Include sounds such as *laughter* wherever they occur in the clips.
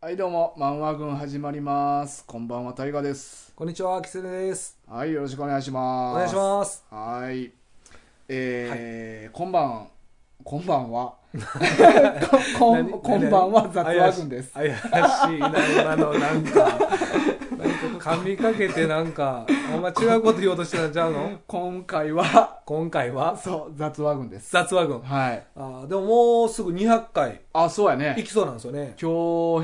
はいどうもマンワ軍始まりますこんばんはタイガですこんにちは、キセです。はいよろしくお願いしまおす願いします。すはいえーこんばんこんばん *laughs* はここん何こんばんは何雑話軍です怪し怪しいな、今の、なんか。なんか、噛みかけて、なんか、あんま違うこと言おうとしてたんちゃうの今回は今回は、そう雑話軍です雑話軍。はいあーでももうすぐ200回、あそうやいねきそうなんですよね。今日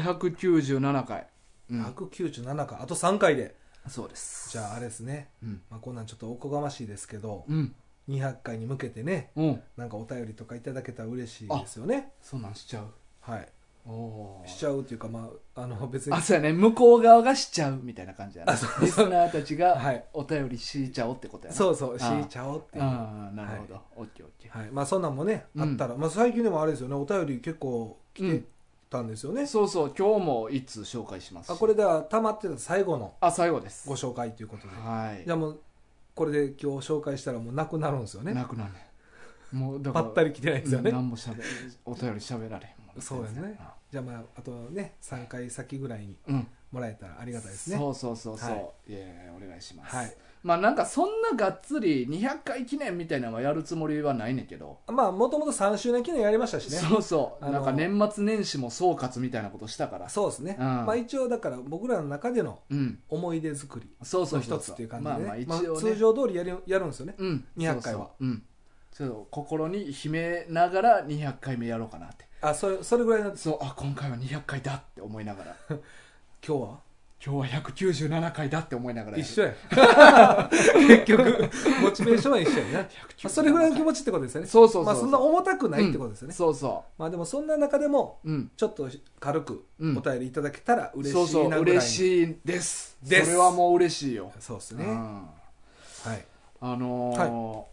197回うん197回、あと3回で。そうですじゃあ、あれですね。うんまあ、こんなんちょっとおこがましいですけど、うん200回に向けてね、うんなんかお便りとかいただけたら嬉しいですよね。そんなんしちゃうはい。おーしちゃうっていうか、まあ、あの、別にあ、そうやね向こう側がしちゃうみたいな感じやねあそうリスナーたちはがいお便りしちゃおうってことやねそうそう、しあーーちゃおうっていう。ああなるほど、オッケーオッケーはい、まあそんなんもね、うんあったら、まあ最近でもあれですよね、お便り結構来てたんですよね。そうそう今日も一通紹介しますあこれでは溜まってた最後のあ最後ですご紹介ということで、はいじゃあもうこれで今日紹介したらもうなくなるんですよね。なくなるねもうだぱからったり来てないですよね。うん何もしゃべお便りしゃべられへんもんそうですねじゃあまああとね3回先ぐらいにうんうんもらえたらありがたいですね。そうそうそうそう、、はいえお願いします、はい。まあなんかそんながっつり200回記念みたいなのはやるつもりはないねんけど、まあもともと3周年記念やりましたしね。そうそうあのなんか年末年始も総括みたいなことしたからそうですね。うんまあ一応だから僕らの中でのうん思い出作りそうそのうそ一うつっていう感じまあでまあね一まあ応ね通常通りやるやるんですよね。うん、 200回そうはそううんちょっと心に秘めながら200回目やろうかなってあそれそれぐらいのそうあ今回は200回だって思いながら *laughs* 今日は今日は197回だって思いながら一緒や *laughs* 結局モチベーションは一緒やね197まあそれぐらいの気持ちってことですよねそうそうそうまあそんな重たくないってことですよね、そうそまあでもそんな中でもううんちょっと軽くうんお便りいただけたら嬉しいそうなそうぐらいに嬉しいですですそれはもう嬉しいよ、そうですうねんはいあのー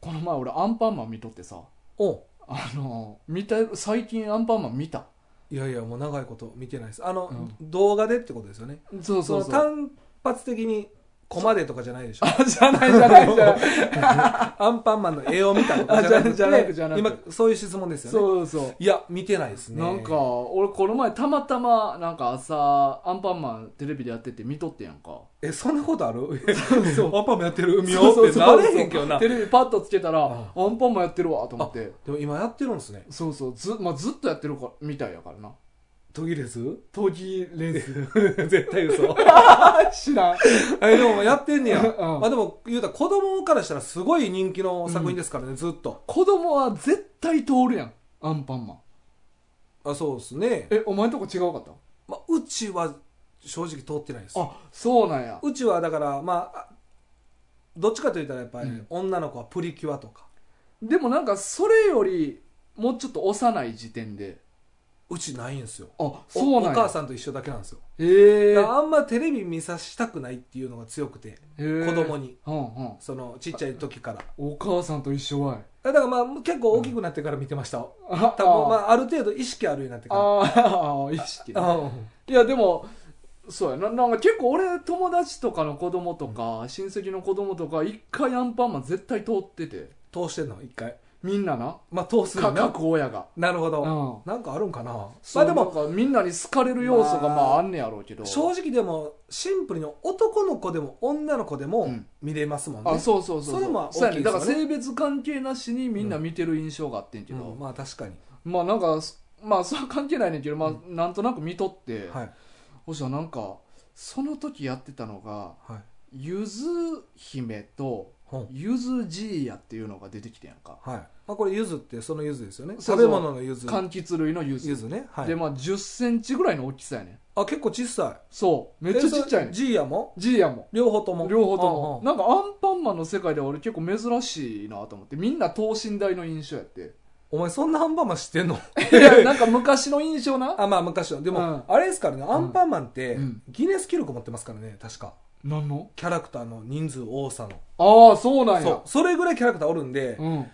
この前俺アンパンマン見とってさおあのー見た最近アンパンマン見たいやいやもう長いこと見てないですあの、う動画でってことですよねそうそうそそうの単発的にコマでとかじゃないでし *laughs* ょあじゃ *laughs* ないじゃないじゃない *laughs* アンパンマンの絵を見たとかじゃなくあじゃなくてじゃなく今そういう質問ですよね *laughs* そうそういや見てないですねなんか俺この前たまたまなんか朝アンパンマンテレビでやってて見とってやんかえそんなことある *laughs* アンパンもやってる海そうをそうってそうなれへんけどなテレビパッとつけたらあアンパンマンやってるわと思ってでも今やってるんですねそうそうず,、まあ、ずっとやってるかみたいやからな途切れず途切れず *laughs* 絶対嘘知らんえでもやってんねや、うんまあでも言うたら子供からしたらすごい人気の作品ですからね、ずっと子供は絶対通るやんアンパンマンあそうですね、えお前んとこ違うかったまあ、うちは正直通ってないですあそうなんやうちはだからまああどっちかといったらやっぱり、うん女の子はプリキュアとかでもなんかそれよりもうちょっと幼い時点でうちないんですよあおそうおなん母やさんと一緒だけなんですよへえだからあんまテレビ見さしたくないっていうのが強くて子子供にうんうんそのちっちゃい時からお母さんと一緒はだからまあ結構大きくなってから見てました、いあ多分まあある程度意識あるようになってからああ意識ねうんいやでもそうやななんか結構俺友達とかの子供とか親戚の子供とか一回アンパンマン絶対通ってて通してんの一回みんななまあ通すよかね各親がなるほうんど、なんかあるんかなまそあうでもなんかみんなに好かれる要素がままあああんねやろうけど正直でもシンプルに男の子でも女の子でうもん見れますもんね、あそうそうそうそれもそうやね大きいですよねだから性別関係なしにみんな見てる印象があってんけうんどまあ確かに、まあなんかまあそれは関係ないねんけどまあなんとなく見とってはいほしたらなんかその時やってたのがはいゆず姫とほんゆずじーやっていうのが出てきてやんかはい、まあ、これゆずってそのゆずですよねそうそう食べ物のゆず柑橘類のゆずゆずね、はい、でまあ1 0ンチぐらいの大きさやねんあ結構小さそういめっちゃちっちゃいねえんそれジーヤもじーやも両方とも両方ともうんうんなんかアンパンマンの世界では俺結構珍しいなと思ってみんな等身大の印象やってお前そんなアンパンマン知ってんのいや *laughs* なんか昔の印象なあまあ昔のでも、うんあれですからねアンパンマンって、うんギネス記録持ってますからね確か何のキャラクターの人数多さのああそうなんそうやそれぐらいキャラクターおるんで、うんあ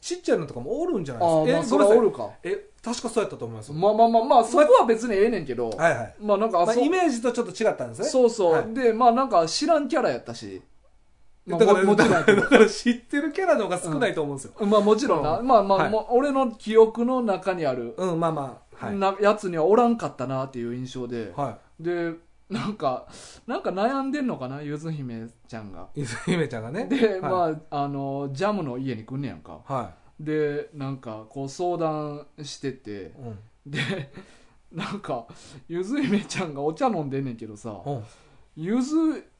ちっちゃいのとかもおるんじゃあないーですまかあえそれはごめんなさいおるかえ確かそうやったと思いますよ、まあまあまあまあそこは別にええねんけどはいはい、まあなんかあまあ、そイメージとちょっと違ったんですねそうそう、はいでまあなんか知らんキャラやったし、まあ、だからももちろんやだけかどらだから知ってるキャラの *laughs* 方が少ないと思うんですよまあもちろんな、まあまあ、はいもう俺の記憶の中にあるうん、まあまあはいなやつにはおらんかったなっていう印象で、はでなんかなんか悩んでんのかなゆず姫ちゃんがいゆず姫ちゃんがねで、はいまああのジャムの家に来んねやんかはでなんかこう相談してていうんでなんかゆず姫ちゃんがお茶飲んでんねんけどさうんゆず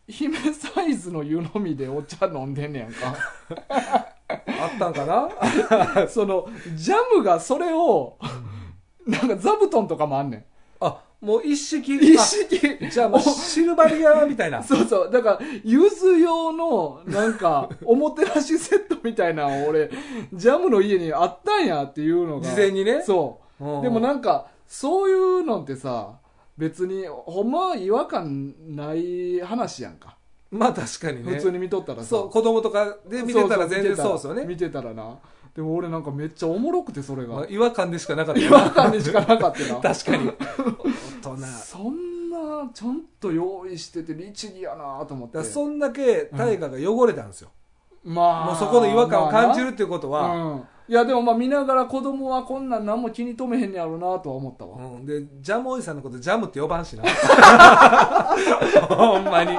姫サイズの湯飲みでお茶飲んでんねやんか *laughs* あったんかなそのジャムがそれをなんか座布団とかもあんねあもう一式ん一式あじゃあもうおシルバリアみたいなそうそうだからゆず用のなんか *laughs* おもてなしセットみたいなのを俺ジャムの家にあったんやっていうのが事前にねそううんでもなんかそういうのってさ別にほんまは違和感ない話やんか、まあ確かにね普通に見とったらさそう子供とかで見てたら全然そうですよね見てたらなでも俺なんかめっちゃおもろくてそれが、 *laughs* まあ違和感でしかなかった違よな和感にしかなか *laughs* ったな確 *laughs* かに大人だかそんなちゃんと用意してて律儀やなと思ってらそんだけ大河が汚れたんですよ、まあもうそこの違和感を感じるるっていうことは、うん、いやでもまあ見ながら子供はこんなん何も気に留めへんねやろうなとは思ったわ、 *laughs* うん、でジャムおじさんのことジャムって呼ばん *laughs* しなほんまに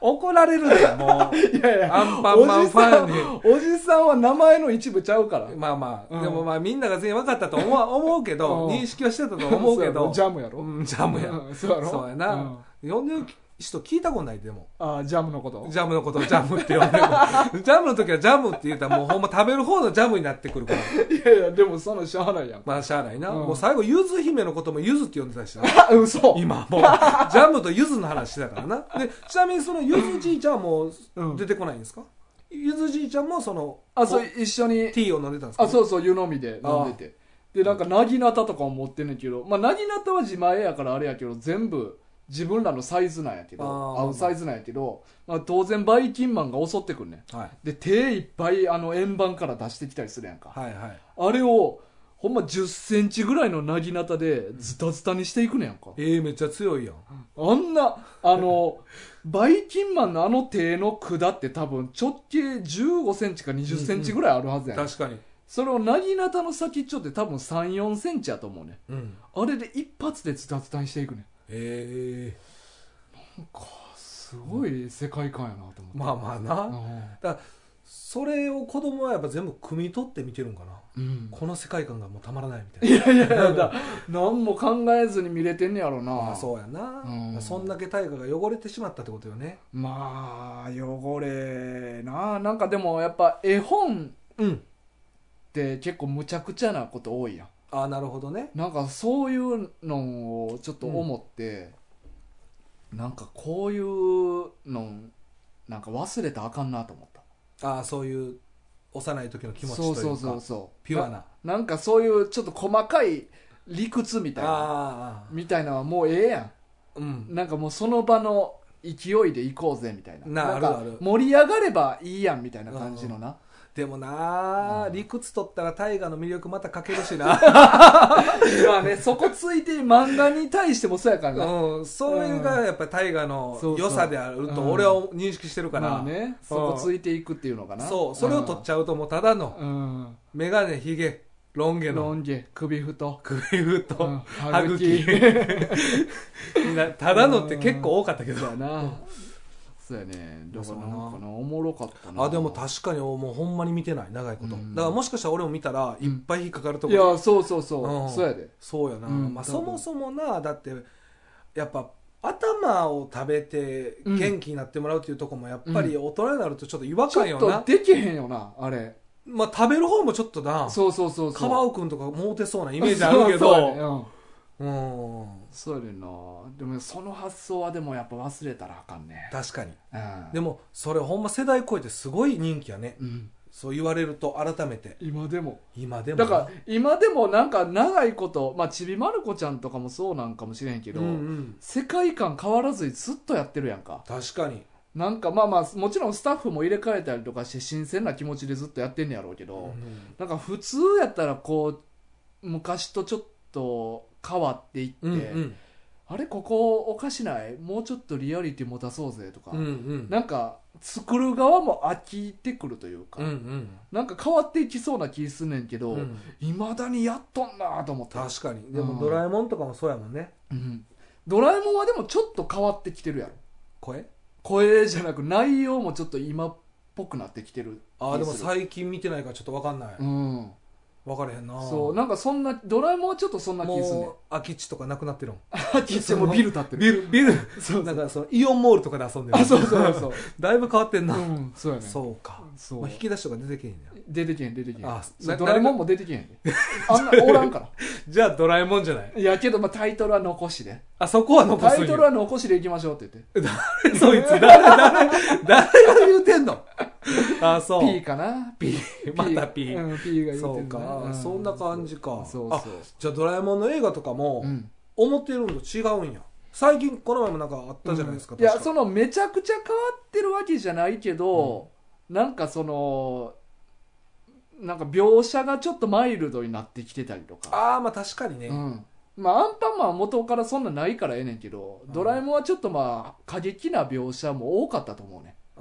怒られるでもいやいやアンパンマンファンにおじさんおじさんは名前の一部ちゃうからうまあまあ、うんでもまあみんなが全員分かったと思う思うけど、うん認識はしてたと思うけどそやろジャムやろ、うんジャムや、うんそうやろそうやな、ん呼んでる人聞いたことないでもあージャムのことジャムのことをジ *laughs* ャムって呼んでるジャムの時はジャムって言ったらもうほんま食べる方のジャムになってくるからいやいやでもそんなんしゃあないやんまあしゃあないな、うんもう最後ゆず姫のこともゆずって呼んでたしな *laughs* あ嘘今もうジャムとゆずの話してたからなでちなみにそのゆずじいちゃんはもううん出てこないんですか、ゆずじいちゃんもそのあそうこ一緒にうティーを飲んでたんですか、あそうそう湯飲みで飲んでてでなんかなぎなたとかも持ってんねんけどまあなぎなたは自前やからあれやけど全部自分らのサイズなんやけどあー合うサイズなんやけど、まあ、当然バイキンマンが襲ってくんねんはい、で手いっぱいあの円盤から出してきたりするやんか、はいはいあれをほんま1 0ンチぐらいのなぎなたでズタズタにしていくねやんか、ええめっちゃ強いやんあんなあ *laughs* のバイキンマンのあの手の管って多分直径1 5センチか2 0ンチぐらいあるはずやん、確かにそれをなぎなたの先っちょって多分3 4センチやと思うねうんあれで一発でズタズタにしていくねええなんかすごい世界観やなと思って、まあまあな、あそれを子供はやっぱ全部汲み取って見てるんかな、ーうんこの世界観がもうたまらないみたいいなやいやいやだ何も考えずに見れてんねやろなまあそうやな、うんそんだけ大河が汚れてしまったってことよねまあ汚れななんかでもやっぱ絵本うんって結構むちゃくちゃなこと多いやんああなるほどねなんかそういうのをちょっと思って、なんかこういうのなんか忘れたらあかんなと思ったああそういう幼い時の気持ちといそううかそうそうそうピュアななんかそういうちょっと細かい理屈みたいなあみたいなのはもうええやあうんんなんかもうその場の勢いで行こうぜみたいなななんかあるある盛り上がればいいやんみたいな感じのな、でもなあ、うん理屈取ったら大河の魅力またかけるしな、まあね、そこついて漫画に対しても *laughs* そうやからな。うん、それがやっぱ大河のそうそう良さであるうとん俺は認識してるから、まあね、そこついていくっていうのかな。そうそれを取っちゃうともうただのうん。眼鏡ひげロン毛ロのン毛、首太。首太うとん歯茎 *laughs* みんなただのって結構多かったけどそうや *laughs* な。そうやね。だからなんかな、おもろかったな。あでも確かにもうほんまに見てない長いこと、うんだからもしかしたら俺も見たらいっぱい引っかかるといころ、や、そうそうそうう。んそうやで。そうやな、うんまあ、多分そもそもなだってやっぱ頭を食べて元気になってもらうっていうところもやっぱり大人になるとちょっと違和ち感ょよっなと、できへんよな、あれ。まあ、食べる方もちょっとなそうそうそうそう。カバオ君とかモテそうなイメージあるけどそうそうやねうんうんそうやねんな。でもその発想はでもやっぱ忘れたらあかんね。確かにうんでもそれほんま世代超えてすごい人気やねうん。そう言われると改めて今でも。今でもだから今でもなんか長いこと、まあ、ちびまる子ちゃんとかもそうなんかもしれへんけど、うんうん、世界観変わらずにずっとやってるやんか確かに、なんかまあまあもちろんスタッフも入れ替えたりとかして新鮮な気持ちでずっとやってんねやろうけど、うんなんか普通やったらこう昔とちょっと変わっていって、うんうんあれここおかしないもうちょっとリアリティ持たそうぜとか、うんうんなんか作る側も飽きてくるというか、うんうんなんか変わっていきそうな気すんねんけどうんいま、未だにやっとんなと思った、確かにでうんも「ドラえもん」とかもそうやもんねうん、ドラえもんはでもちょっと変わってきてるやろ声声じゃなく内容もちょっと今っぽくなってきてるああ気でもする最近見てないからちょっと分かんないうん分かれへんなそうなんかそんなドラえもんはちょっとそんな気すんねんもう空き地とかなくなってるもん秋ってもうビル建ってるビルビルそうなんかそのイオンモールとかで遊んでるあそうそうそうだいぶ変わってんな、うんそうやねそうか、そうまあ、引き出しとか出てけへんや出てけへん出てけへんあそうなドラえもんも出てけへんであんなおらんかじゃあドラえもんじゃな *laughs* いらいやけどまあタイトルは残しであそこは残すタイトルは残しでいきましょうって言ってそいつ誰誰誰が言うてんのあそう P か *laughs* な P また P うん P が言うてんそうのねか、うそんな感じかそうあそうじゃあドラえもんの映画とかもうん思ってるのと違うんや最近この前もなんかあったじゃないですか、うんいや確かそのめちゃくちゃ変わってるわけじゃないけど、なんかそのなんか描写がちょっとマイルドになってきてたりとかああまあ確かにね、うんまあアンパンマンは元からそんなないからええねんけど、うんドラえもんはちょっとまあ過激な描写も多かったと思うねあ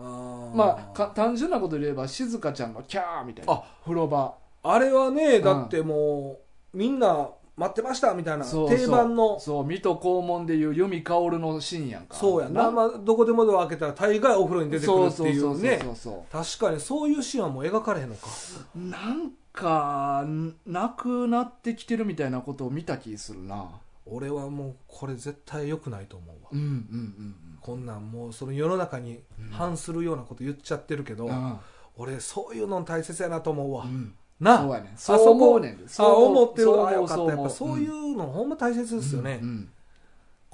ーまあか単純なことで言えば静香ちゃんのキャーみたいなあ風呂場あれはねだってもう、みんな待ってましたみたいなそう定番のそう水戸黄門でいう弓薫のシーンやんかそうやな、なまあ、どこでもドア開けたら大概お風呂に出てくそるうってそういそううそうねそうそう確かにそういうシーンはもう描かれへんのかなんかんなくなってきてるみたいなことを見た気するな俺はもうこれ絶対良くないと思うわうんうんうんこんなんもうその世の中に反するようなこと言っちゃってるけど、うん俺そういうの大切やなと思うわ、うんなそうやねあそうこ思うねんそうあ思う思ってるわあそう思ようかったそうやっ思うぱそういうのほんま大切ですよね、うん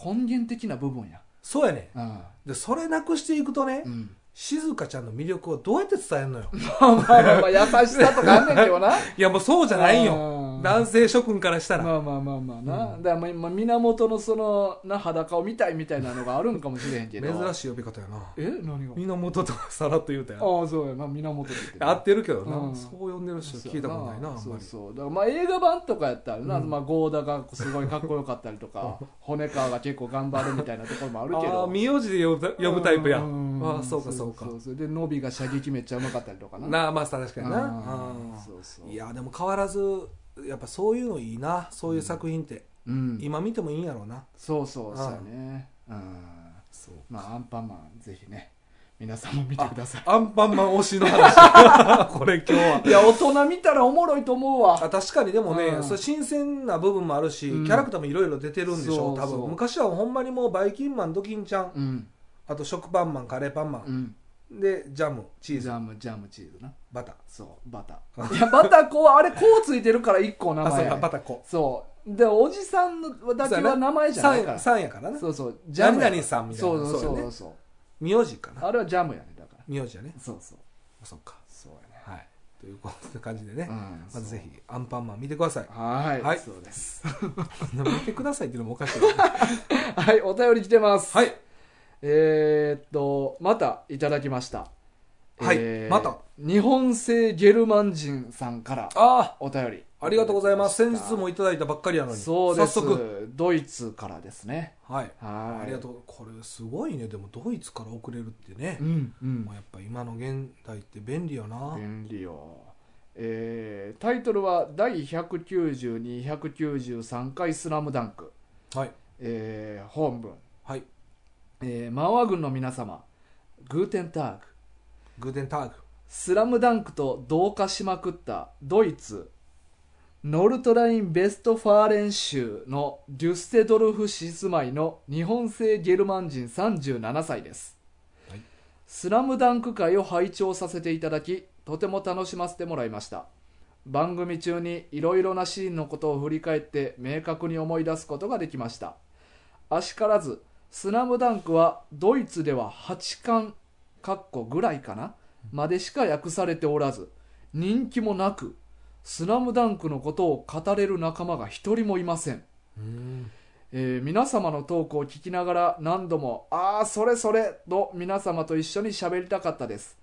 根源的な部分やそうやねうんでそれなくしていくとね、うん静香ちゃんの魅力をどうやって伝えるのよまあまあまあまあ優しさとかあんねんけどないやもうそうじゃないようん男性諸君からしたら、まあまあまあまあな、うんだからまあ今源のそのな裸を見たいみたいなのがあるんかもしれへんけど珍いしい呼び方やなえ何が源とかさらっと言うたやんああそうやな源って言ってる合ってるけどな、うんそう呼んでる人聞いたことないなあんまりそうそうだからまあ映画版とかやったらな、うんまあ、ゴーダがすごいかっこよかったりと *laughs* か骨川が結構頑張るみたいなところもあるけああど名字で呼ぶ呼ぶタイプやんああそうかそうかそうそうでノビが射撃めっちゃうまかったりとかななあまあ確かになうんうんそうそういやでも変わらずやっぱそういうのいいなそういう作品って、うん、今見てもいいんやろうなそうそうそうやねうんそうまあアンパンマンぜひね皆さんも見てくださいアンパンマン推しの *laughs* 話これ今日はいや大人見たらおもろいと思うわあ確かにでもね、うんそれ新鮮な部分もあるし、うんキャラクターもいろいろ出てるんでしそうょそう多分昔はほんまにもうバイキンマンドキンちゃんうんあと食パンマンカレーパンマンう、んでジャムチージズャムジャムチーズなバターそうバターいやバタこうあれこうついてるから1個名あそ前うやかねバタコそうでおじさんのだけは名前じゃないからさんやからなそうそうジャ何ムや々さんみたいなそうそうそうやそうねそう名字かなあれはジャムやねだから名字やねそうそうそっかそうやねはいというこんな感じでね、うんまそうずぜひアンパンマン見てくださいはい、はいそう *laughs* です見てくださいっていうのもおかしいよねはいお便り来てますはいえーっとまたいただきましたはいえーまた日本製ゲルマン人さんからあお便りあありがとうございますただ先きした日もいただいたばっかりやのにそうです早速ドイツからですねはいはいありがとうこれすごいねでもドイツから送れるってねう、んうんもうやっぱ今の現代って便利よな便利よ、えータイトルは第192193回「スラムダンクはいえー本文、はいえーマンワ軍の皆様グーテンターググーテンターグスラムダンクと同化しまくったドイツノルトライン・ベストファーレン州のデュッセドルフ市住まいの日本製ゲルマン人37歳です、はいスラムダンク会を拝聴させていただきとても楽しませてもらいました番組中にいろいろなシーンのことを振り返って明確に思い出すことができましたあしからず「スラムダンクはドイツでは8巻かっこぐらいかなまでしか訳されておらず人気もなく「スラムダンクのことを語れる仲間が一人もいません、うーんえー皆様のトークを聞きながら何度も「ああそれそれ」と皆様と一緒に喋りたかったです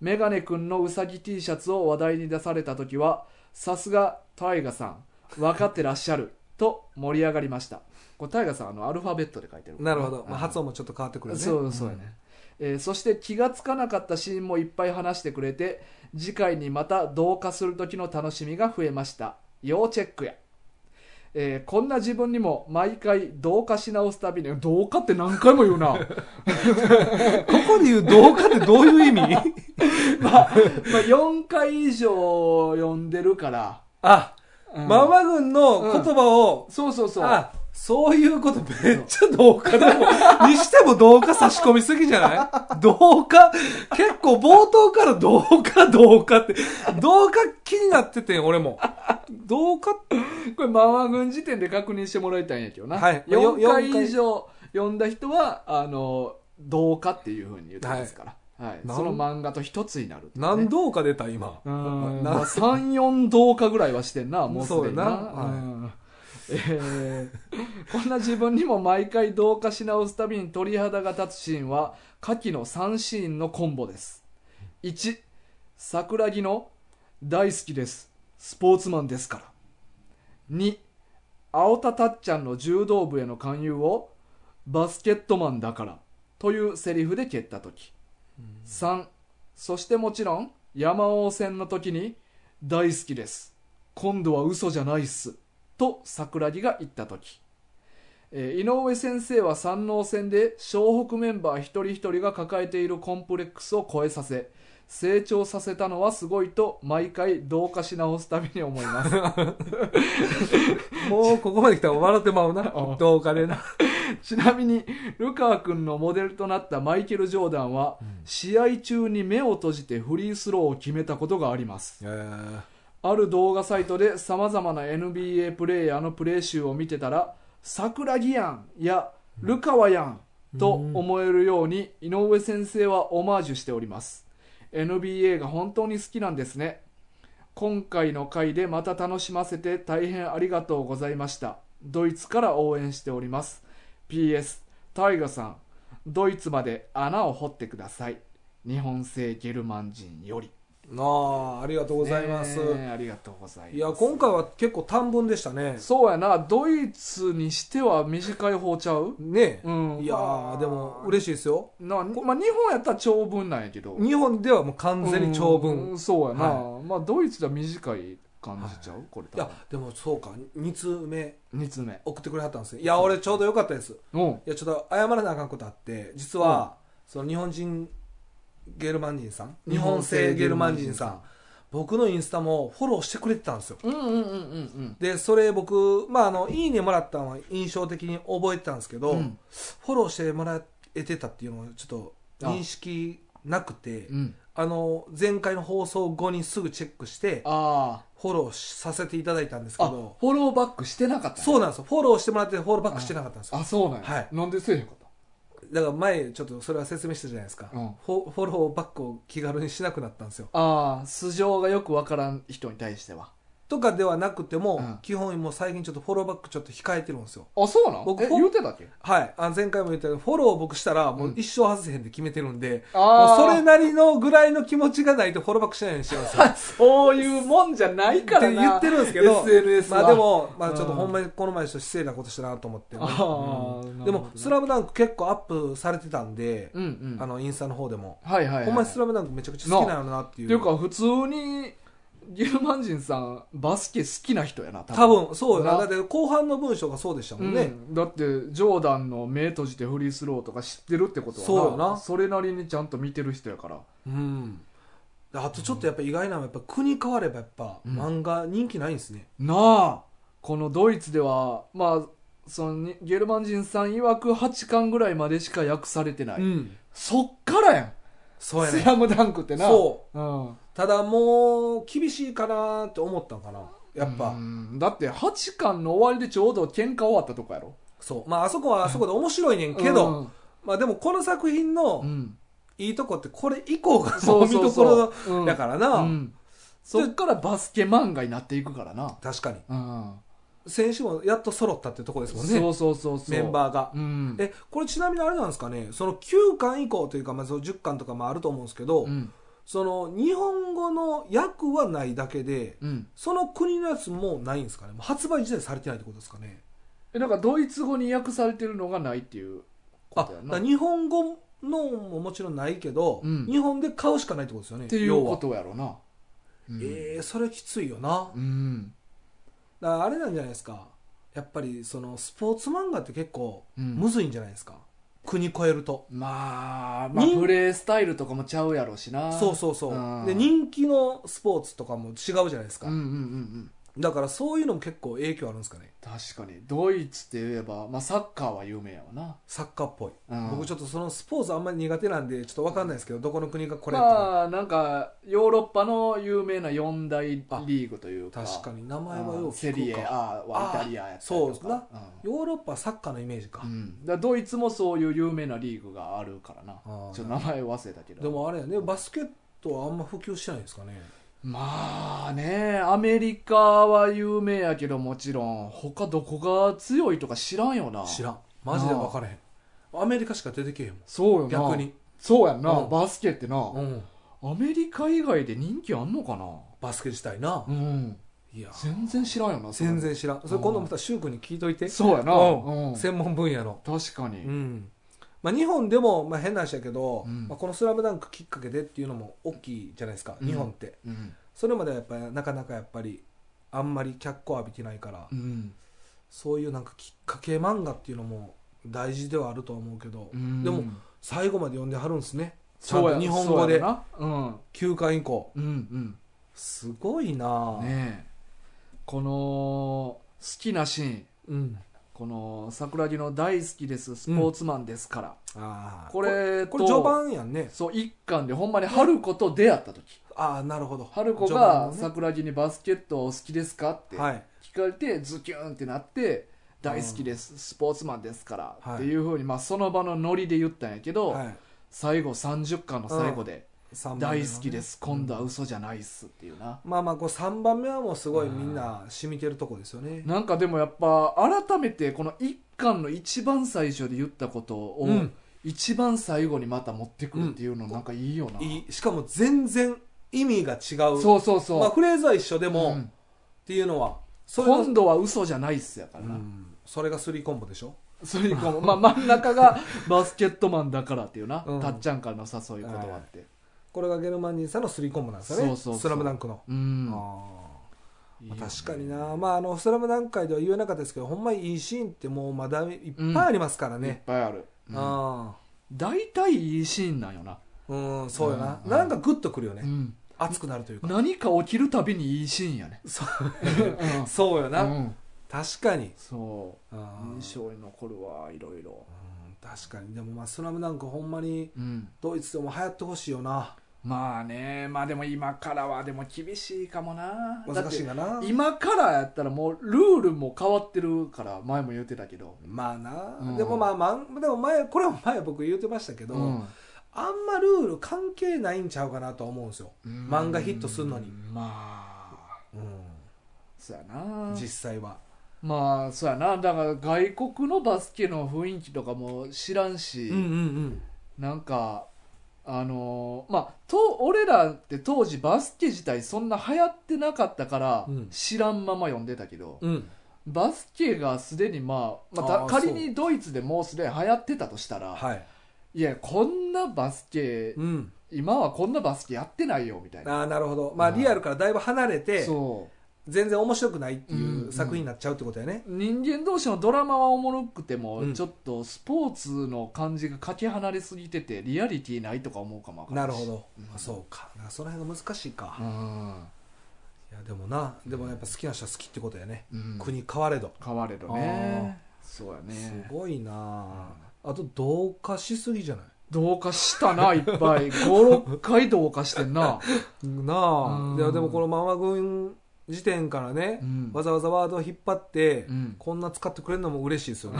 メガネくんのうさぎ T シャツを話題に出された時はさすがタイガさん分かってらっしゃると盛り上がりましたこれタイガさんあのアルファベットで書いてるなるほど、まあ、うん発音もちょっと変わってくるねそうそうやね、えーそして気がつかなかったシーンもいっぱい話してくれて次回にまた同化する時の楽しみが増えました要チェックや、えーこんな自分にも毎回同化し直すたびに同化って何回も言う *laughs* なここで言う同化ってどういう *laughs* 意味まあ、まあ、4回以上読んでるから、あ、うんママ軍の言葉を、そうそうそうあ、そういうことめっちゃ同化でも、にしても同化差し込みすぎじゃない同化、結構冒頭から同化同化って、同化気になっててん、俺も。同化って、これマワ軍時点で確認してもらいたいんやけどな、はいよ4回四回以上読んだ人はあの同化っていうふうに言ってますから、はいなんその漫画と一つになるってね、何同化出た、今。うんなまあ34同化ぐらいはしてんなもうすでになそうやなはいうんえーこんな自分にも毎回同化し直すたびに鳥肌が立つシーンは下記の3シーンのコンボです1桜木の「大好きですスポーツマンですから」2青田たっちゃんの柔道部への勧誘を「バスケットマンだから」というセリフで蹴った時3そしてもちろん山王戦の時に「大好きです今度は嘘じゃないっす」と桜木が言った時、えー井上先生は山王戦で湘北メンバー一人一人が抱えているコンプレックスを超えさせ成長させたのはすごいと毎回同化し直すたびに思いますもうここまで来たら笑ってまうなうん。同化でな。ちなみにルカー君のモデルとなったマイケル・ジョーダンは、試合中に目を閉じてフリースローを決めたことがありますえーある動画サイトでさまざまな NBA プレーヤーのプレー集を見てたら「桜木やん」や「ルカワやん」と思えるように井上先生はオマージュしております NBA が本当に好きなんですね今回の回でまた楽しませて大変ありがとうございましたドイツから応援しております PS タイガさんドイツまで穴を掘ってください日本製ゲルマン人よりなあ、ありがとうございます。ねえありがとうございますいや、今回は結構短文でしたね。そうやなドイツにしては短い方ちゃうねえうんいやー、でも嬉しいですよ。な、まあ、日本やったら長文なんやけど日本ではもう完全に長文。うんそうやな、はまあドイツでは短い感じちゃう、これいやでもそうか2通目2つ目送ってくれはったんですねいや俺ちょうどよかったですいうんやちょっと謝らなあかんことあって実は、その日本人ゲルマン人さん日本製ゲルマン人さん僕のインスタもフォローしてくれてたんですようんうんうんうんでそれ僕まああのいいねもらったのは印象的に覚えてたんですけど、うんフォローしてもらえてたっていうのをちょっと認識なくてうんうんあの前回の放送後にすぐチェックしてあフォローさせていただいたんですけああどフォローバックしてなかったそうなんですよ。フォローしてもらってフォローバックしてなかったんですよ。あそうなんや、はいなんでせえへんかっただから前、ちょっとそれは説明したじゃないですか。うんフォフォローバックを気軽にしなくなったんですよ。ああ素性がよくわからん人に対してはとかではなくても、うん基本もう最近ちょっとフォローバックちょっと控えてるんですよ。あそうなん僕えほ言うてたっけはい。あ前回も言ったけど、フォローを僕したらもう一生外せへんって決めてるんで、もあうーそれなりのぐらいの気持ちがないとフォローバックしないようにして *laughs* ますよ。っそういうもんじゃないかてらな言ってるんですけど、 SNS はまあでも、まあうんちょっとほんまにこの前ちょっと失礼なことしたなと思って。あーなるほどねでも、スラムダンク結構アップされてたんで、うんうんあの、インスタの方でも。はいはい、はい、ほんまにスっラムダンクめちゃくちゃ好きなのなってていう。いうか普通にゲルマン人さんバスケ好きな人やな多分、そうよな。だなって後半の文章がそうでしたもんねね。だってジョーダンの目閉じてフリースローとか知ってるってことはそうよなそれなりにちゃんと見てる人やからうん。あとちょっとやっぱ意外なのは、やっぱ国変わればやっぱうん漫画人気ないんですね。なあこのドイツではまあそのゲルマン人さん曰く8巻ぐらいまでしか訳されてない、ん。そっからやんそうやスね。ラムダンクってな、そうん、う。ただもう、厳しいかなって思ったんかな。やっうぱ。んだって8巻の終わりでちょうど喧嘩終わったとこやろそう。まああそこはあそこで面白いねんけど、まあでもこの作う品のん、いいとこってこれ以降がそもうう見そうどそこうろうんだからな。うんそっからバスケ漫画になっていくからな、確かに。うん先週もやっと揃ったってとこですもんそね。うそうそうそうメンバーが。うんえこれちなみにあれなんですかねその9巻以降というか、まあ、その10巻とかもあると思うんですけど、うんその日本語の訳はないだけでうんその国のやつもないんですかねもう発売自体されてないってことですかねえだからドイツ語に訳されてるのがないっていうこあだとかやらな日本語のももちろんないけど、うん日本で買うしかないってことですよねっていう要こはとやろなうんえー、それきついよなうんだからあれなんじゃないですかやっぱりそのスポーツ漫画って結構うんむずいんじゃないですか、国越えるとまあ、まあ人プレースタイルとかもちゃうやろしなそうそうそう、うんで人気のスポーツとかも違うじゃないですか、うんうんうんうんだからそういうのも結構影響あるんですかね確かにドイツって言えば、まあ、サッカーは有名やわなサッカーっぽい、うん僕ちょっとそのスポーツあんまり苦手なんでちょっと分かんないですけど、どこの国がこれとか、まあなんかヨーロッパの有名な四大リーグというか確かに名うん前はようセ聞リくエか A はイタリアやったりとかそうだうんヨーロッパはサッカーのイメージか、うん、だからドイツもそういう有名なリーグがあるからなあーちょっと名前忘れたけどでもあれやねバスケットはあんま普及してないですかねまあねアメリカは有名やけどもちろん他どこが強いとか知らんよな知らんマジで分からへんアメリカしか出てけえへんそうもんよな逆に、そうやんな、うんバスケってな、うん、アメリカ以外で人気あんのかなバスケ自体な、うんいや全然知らんよなそれ全然知らんそれ今度また柊君に聞いといて、そうやな、うんうん専門分野の確かに、うんまあ、日本でも、まあ、変な話やけど、うんまあ、この「スラムダンクきっかけでっていうのも大きいじゃないですか、うん日本ってうんそれまではやっぱりなかなかやっぱりあんまり脚光浴びてないから、うんそういうなんかきっかけ漫画っていうのも大事ではあると思うけど、うんでも最後まで読んではるんですねちゃんそうとや日本語そでうやなうん9巻以降うんすごいなうんあ、ねえこの好きなシーンうん、この桜木の大好きですスポーツマンですから、あーこれこれと序盤やんねそう一巻でほんまに春子と出会った時ああなるほど春子序盤がのね桜木にバスケットお好きですかってはい聞かれてズキュンってなって大好きですスポーツマンですからはいっていうふうにまあその場のノリで言ったんやけどはい最後30巻の最後で三「番大目のね好きです今度は嘘じゃないっす」っていうなまあまあこう3番目はもうすごいみんな染みてるとこですよねなんかでもやっぱ改めてこの一巻の一番最初で言ったことをうん一番最後にまた持ってくるっていうのなんかいいよな、いいしかも全然意味が違うそうそうそう、まあ、フレーズは一緒ででも、っていうのはそれが今度は嘘じゃないっすやからうな、んそれが3コンボでしょそれ以降も、まあ、真ん中がバスケットマンだからっていうな、うんたっちゃんからの誘い言葉って、これがゲルマン人さんの3コンボなんですよねそうそうそうスラムダンクの、うんあいいーよね確かにな、まあ、あのスラムダンク界では言えなかったですけどほんまいいシーンってもうまだいっぱいありますからいっね、ぱいある、うんあ大体いいシーンなんよな、ーうんそうやな、うんなんかグッとくるよね、うん熱くなるというか、何か起きるたびにいいシーンやねそううんそうや *laughs* な、うん確かにそあうー印象に残るわいろいろうん確かにでもまあ「スラムダンクほんまにうんドイツでも流行ってほしいよなまあねまあでも今からはでも厳しいかもな難しいだかっなて今からやったらもうルールも変わってるから前も言ってたけどまあな、うんでもまあ、まあ、でも前これも前僕言ってましたけど、うんあんまルール関係ないんちゃうかなとは思うんですよ、漫画ヒットすんのにまあそうやな実際はまあそうやなだから外国のバスケの雰囲気とかも知らんし、んなんかあのーまあと俺らって当時バスケ自体そんな流行ってなかったから、うん知らんまま読んでたけど、うんうんバスケがすでにまあ、まああーた仮そにドイツでもうすでに流行ってたとしたら、はい、い、やこんなバスケ、うん、今はこんなバスケやってないよみたいなああなるほどまあうんリアルからだいぶ離れてそう全然面白くないってうんいううん作品になっちゃうってことやね、人間同士のドラマはおもろくても、うんちょっとスポーツの感じがかけ離れすぎててリアリティないとか思うかもわかんないるほしど、うんまあそうかだからその辺が難しいか、ういん、やでもなでもやっぱ好きな人は好きってことやね、うん、国変われど変われどねそうやすねごいなあ、あと同化しすぎじゃない同化したないっぱい56回同化してん *laughs* な、なあ、うんいやでもこのママ軍時点からね、うんわざわざワードを引っ張って、うんこんな使ってくれるのも嬉しいですよね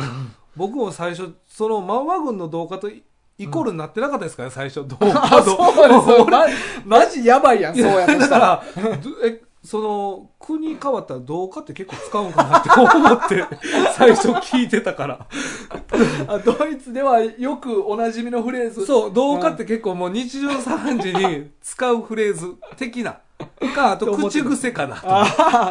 僕も最初そのママ軍の動画とイイコールになってなかったですからね最初動画あとそうですよまマジやばいやんそうやとしだたかららどえその国変わったら動画って結構使うんかなって思って最初聞いてたから *laughs* あドイツではよくおなじみのフレーズそう動画って結構もう日常茶飯事に使うフレーズ的なかあと口癖かなとあ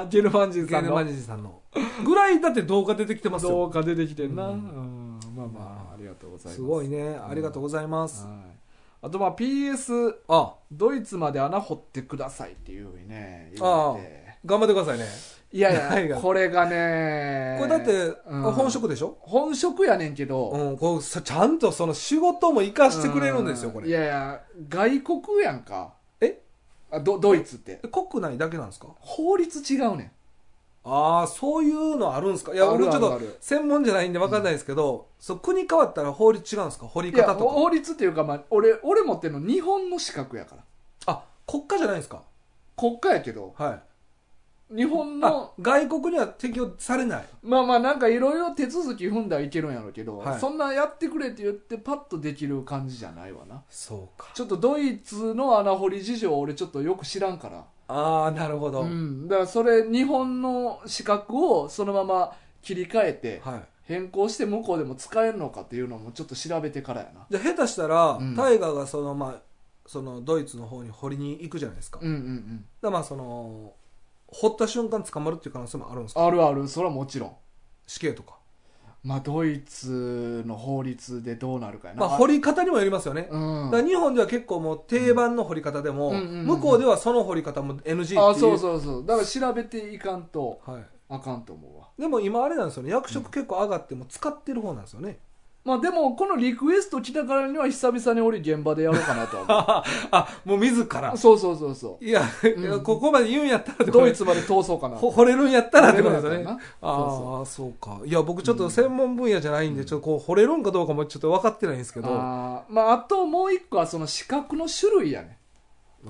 あゲルマン人ゲさんルマのジンさんのぐらいだって動画出てきてますよ同化出てきてんな、ううんまあまあありがとうございますすごいねありがとうございます、はいあとまあ PS あドイツまで穴掘ってくださいっていうふうにね言あわあれて頑張ってくださいね、いやないいやがこれがねこれだって、うん本職でしょ本職やねんけど、うん、こうさちゃんとその仕事も生かしてくれるんですよ、うこいれ。やいや外国やんかえあドドイツって国内だけなんですか法律違うねんああ、そういうのあるんですかいや、ある僕ちょっあとるある専門じゃないんで分かんないですけど、そう国変わったら法律違うんですか掘りいや方とか。法律っていうか、まあ、俺俺持ってるの日本の資格やからあ、国家じゃないんですか国家やけどはい。日本あの、外国には適用されない。まあまあなんかいろいろ手続き踏んだらいけるんやろうけど、はいそんなやってくれって言ってパッとできる感じじゃないわなそうか。ちょっとドイツの穴掘り事情俺ちょっとよく知らんからああ、なるほど。うん、だからそれ日本の資格をそのまま切り替えてはい。変更して向こうでも使えるのかっていうのもちょっと調べてからやなじゃあ下手したら、うんタイガーがその、まあ、そのドイツの方に掘りに行くじゃないですか。うんうんうんだからまあその、掘った瞬間捕まるっていう可能性もあるんですかあるあるそれはもちろん死刑とか。まあドイツの法律でどうなるかやなまあ掘り方にもよりますよね。うんだから日本では結構もう定番の掘り方でも、うんうんうんうん向こうではその掘り方も NG っていうあそうそうそうだから調べていかんとはい、あかんと思うわでも今あれなんですよね役職結構上がっても使ってる方なんですよね、まあでもこのリクエスト来たからには久々に俺現場でやろうかなとは思 *laughs* あもう自 *laughs* らうそうそうそうそいや、んいやここまで言うんやったらってうことドでイツまで通そうかなほ掘 *laughs* れるんやったらってことです掘よれるんやねったらなそうそうああそうかいや僕ちょっと専門分野じゃないんで、ちょっとこう掘れるんかどうかもちょっと分かってないんですけどあーまああともう一個はその資格の種類やね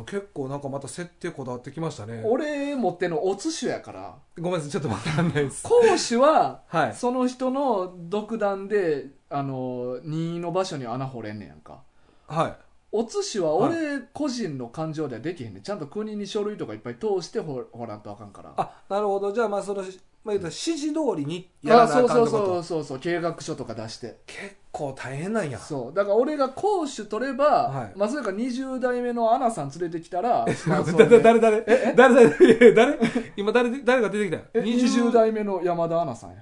結構なんかまた設定こだわってきましたね俺持ってんのおつ種やからごめんなさいちょっと分かんない *laughs* です講師ははいその人の独断であの任意の場所に穴掘れんねやんかはいおつ種は俺個人の感情ではできへんねんちゃんと国に書類とかいっぱい通してほ掘らんとあかんからあなるほどじゃあまあその、まあ、言うたら指示通りにやあらなあかんそっうてそこうとそうそうそう契約書とか出して結構大変なんやそうだから俺が講師取れば、はいまあそれか20代目のアナさん連れてきたらまあそれ *laughs* で誰誰誰誰誰誰今誰で誰が出てきたえよ20代目の山田アナさんや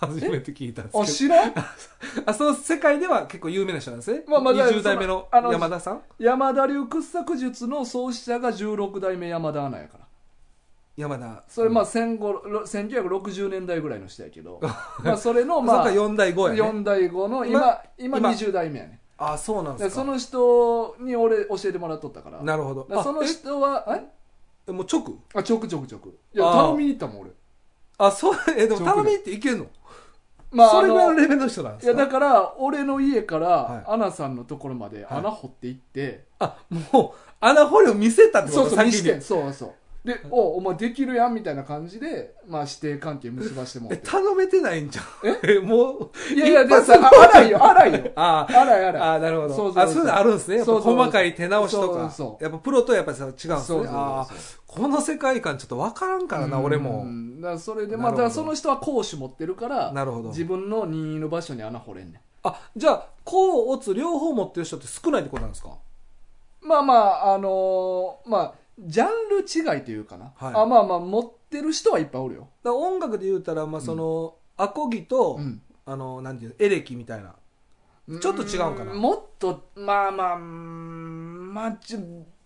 初めて聞いたんあですけ知らんどあその世界では結構有名な人なんですね、まあまあ20代目のそのあの山田さん山田流掘削術の創始者が16代目山田アナやから山田それまあ、あ戦後ろ1960年代ぐらいの人やけ *laughs* どまあそれのままああ、4代5やね4代後の今今今今20代目やねあそうだなんでからすかその人に俺教えてもらっとったからなるほどだからそのあ人はえもう直えあちょくちょくちょくいやあー頼みに行ったもん俺あそうえでも直頼みっていけんの、まあそれぐらいのあのレベルの人なんでいすやかだから俺の家かはらいアナさんのところまではい穴掘って行ってあもう穴掘りを見せたってこそとうそう見先にしてそうそうでおお前できるやんみたいな感じでまあ指定関係結ばしてもらえって頼めてないんじゃんえもういやいや、一でも発さ、あ荒いよ、荒いよ。ああ荒い荒い。あーなるほどそうそうそうあそういうのあるんですねやっぱそうそう細かい手直しとかそうそうやっぱプロとやっぱさ違うんですそねうそうそうあーこの世界観ちょっと分からんからなうん俺も。だからそれで、まあ、だなるほかどらその人は講師持ってるから、なるほど自分の任意の場所に穴掘れんねあじゃあ甲乙両方持ってる人って少ないってことなんですかん。まあまあ、あのーまあ、ジャンル違いというかな。はいあまあまあ、持ってる人はいっぱいおるよ。だから音楽で言うたらまあその、アコギと、うんあのなんていうのエレキみたいなちょっと違うんかなもっと、まあまあ、うーんまあ、ちょ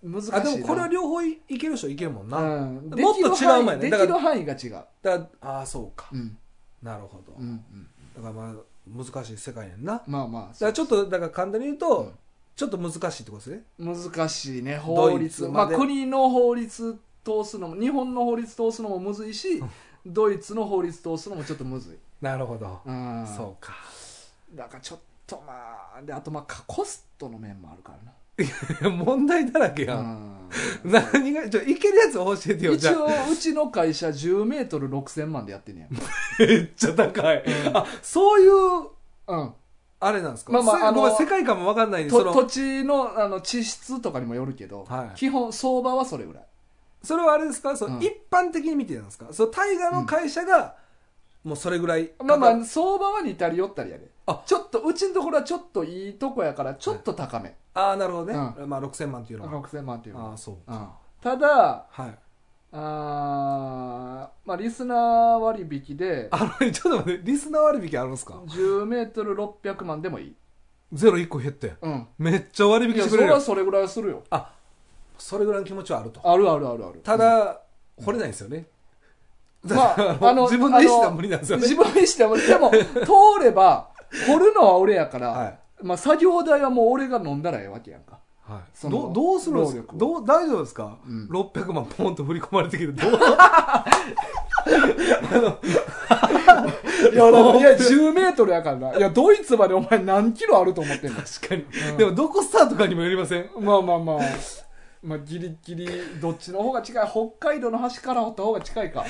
難しいな。あでもこれは両方いいける人はいけるもんな、だかうん、もっと違うもんやねでだきかるら範囲が違う。らああそうか、うん。なるほど、うん。うんだからまあ難しい世界やんなだかまあまあ、らちょっとだから簡単に言うと、うんちょっと難しいってことですね難しいね法ドイ律ツままあで国の法律通すのも日本の法律通すのもむずいしドイツの法律通すのもちょっとむずい、なるほど、うん、そうか *laughs* うだからちょっとまあであとまあかコストの面もあるからないや問題だらけや、うん *laughs* ん何がじゃあいけるやつ教えてよじ一ゃあ応うちの会社1 0ル6 0 0 0万でやってんね *laughs* めっちゃ高い、あそういうや、うん、あれなんですか、まあまあせあのごめん世界観も分かんないんでとその土地のあの地質とかにもよるけど、はい基本相場はそれぐらいそれはあれですかその、うん一般的に見てなんですかその大河の会社が、もうそれぐらいまあまかあ相場は似たり寄ったりやであちょっとうちのところはちょっといいとこやからちょっと高め、ああなるほどね、まあ、6000万っていうのは、 6000万っていうのはああそうただはいあーまあリスナー割引であの、ちょっと待って、リスナー割引あるんすか 10m600 万でもいいゼロ1個減って。うんめっちゃ割引いしやてそくれれるは。それぐらいはするよあ、それぐらいの気持ちはあると。あるあるあるあるただ、掘れないんですよね。うんま *laughs* ああの自分の意思では無理なんですよね。自分にしてはでも通れ *laughs* ば掘るのは俺やから、はい。まあ、作業代はもう俺が飲んだらええわけやんかはそい、のどうどうするんです労か力をどう大丈夫ですか、うん600万ポンと振り込まれてきてどういやだからいや10メートルやからないやドイツまでお前何キロあると思ってんの確かに、うんでもどこスタートかにもよりませんまあまあまあまあギリギリどっちの方が近い北海道の端から掘った方が近いか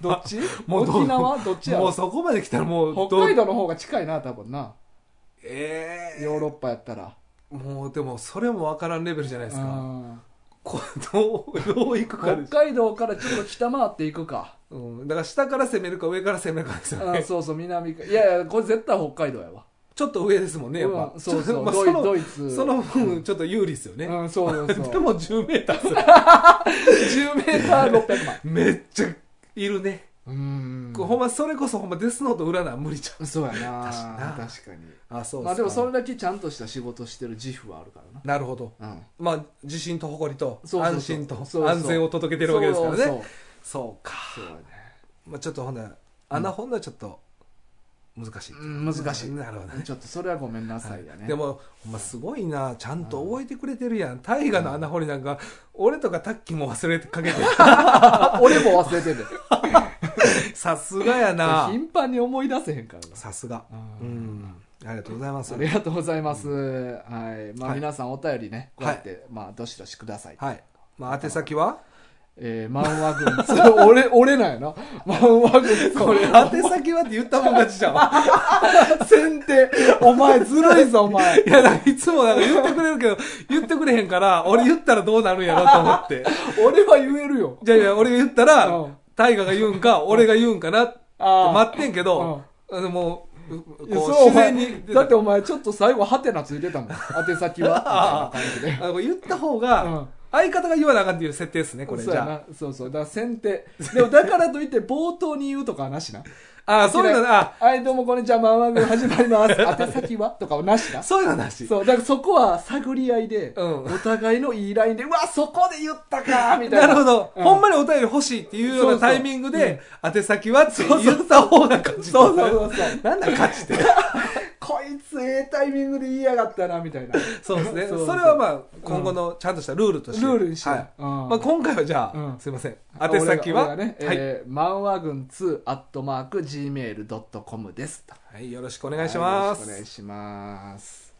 どっちもうどう沖縄どっちやもろうそこまで来たらもうど北海道の方が近いな多分なええヨーロッパやったらもうでもそれもわからんレベルじゃないですかうんこどうどういくか北です、海道からちょっと北回っていくかうん、だから下から攻めるか上から攻めるかですようん *laughs* ねそうそう南かいやいやこれ絶対北海道やわちょっと上ですもんねやっぱ、うんそうちょそっう、 *laughs* とまあドそイのドイツその分ちょっと有利ですよね、うんそうそう *laughs* でそうも10メーターですよ10メーター600万めっちゃいるねうん *laughs* こうほんまそれこそほんまデスノート占いは無理じゃそうやな確かに確かにんあそうまあでもそれだけちゃんとした仕事してる自負はあるからなるほどなうんまあ自信と誇りとそうそうそう安心とそうそう安全を届けてるわけですからねそうそうそうか、そうやねまあ、ちょっとほんなら穴掘んならちょっと難しい、うん難しいなるほどねちょっとそれはごめんなさいやはねいでもほんますごいなちゃんと覚えてくれてるやん大河の穴掘りなんか俺とかタッキーも忘れてかけてあ俺も忘れ *laughs* てるさすがやな頻繁に思い出せへんからなさすがううんんありがとうございますありがとうございますはいまはあい皆さんお便りねこうやっはてまあどしどしくださいはいまあ宛先はえー、漫画軍それ俺俺なんやな漫画軍これ宛先はって言ったもん勝ち *laughs* じゃん先手お前ずるいぞお前いや、だからいつもなんか言ってくれるけど、言ってくれへんから、俺言ったらどうなるんやろと思 *laughs* って。俺は言えるよじゃあいや、俺が言ったうらん、大河が言うんか、俺が言うんかなってあー待ってんけど、あのもう、ういやこそうう自然に出た。だってお前ちょっと最後ハテナついてたもん宛先 *laughs* はみたいな感じであの言った方うんが、相方が言わなあかんっていう設定ですね、これ。そじうやゃなそうそうだから先手でもだからといって冒頭に言うとかはなしな *laughs* あ。あー、そういうのな、はいどうもこんにちはマンマグ始まります *laughs* 宛先はとかはなしなあ、そういうのなし。そうだからそこは探り合いで、うんお互いのいいラインでうわそこで言った *laughs* かみたいななるほど。うんほんまにお便り欲しいっていうようそなうそうタイミングで、宛先はって言った方が勝ち。そうそうそうそう *laughs* なんだ勝ちって。 *laughs* こいつええタイミングで言いやがったなみたいなルそうですね。そうそうそれはまあ、今後のちゃんとしたルールとして。ールにして、はいうんまあ、今回はじゃあ、うんすいません宛先は、俺が俺がね、はいえー漫画軍2アットマーク Gmail.com ですとはい、よろしくお願いします、はいよろしくお願いします、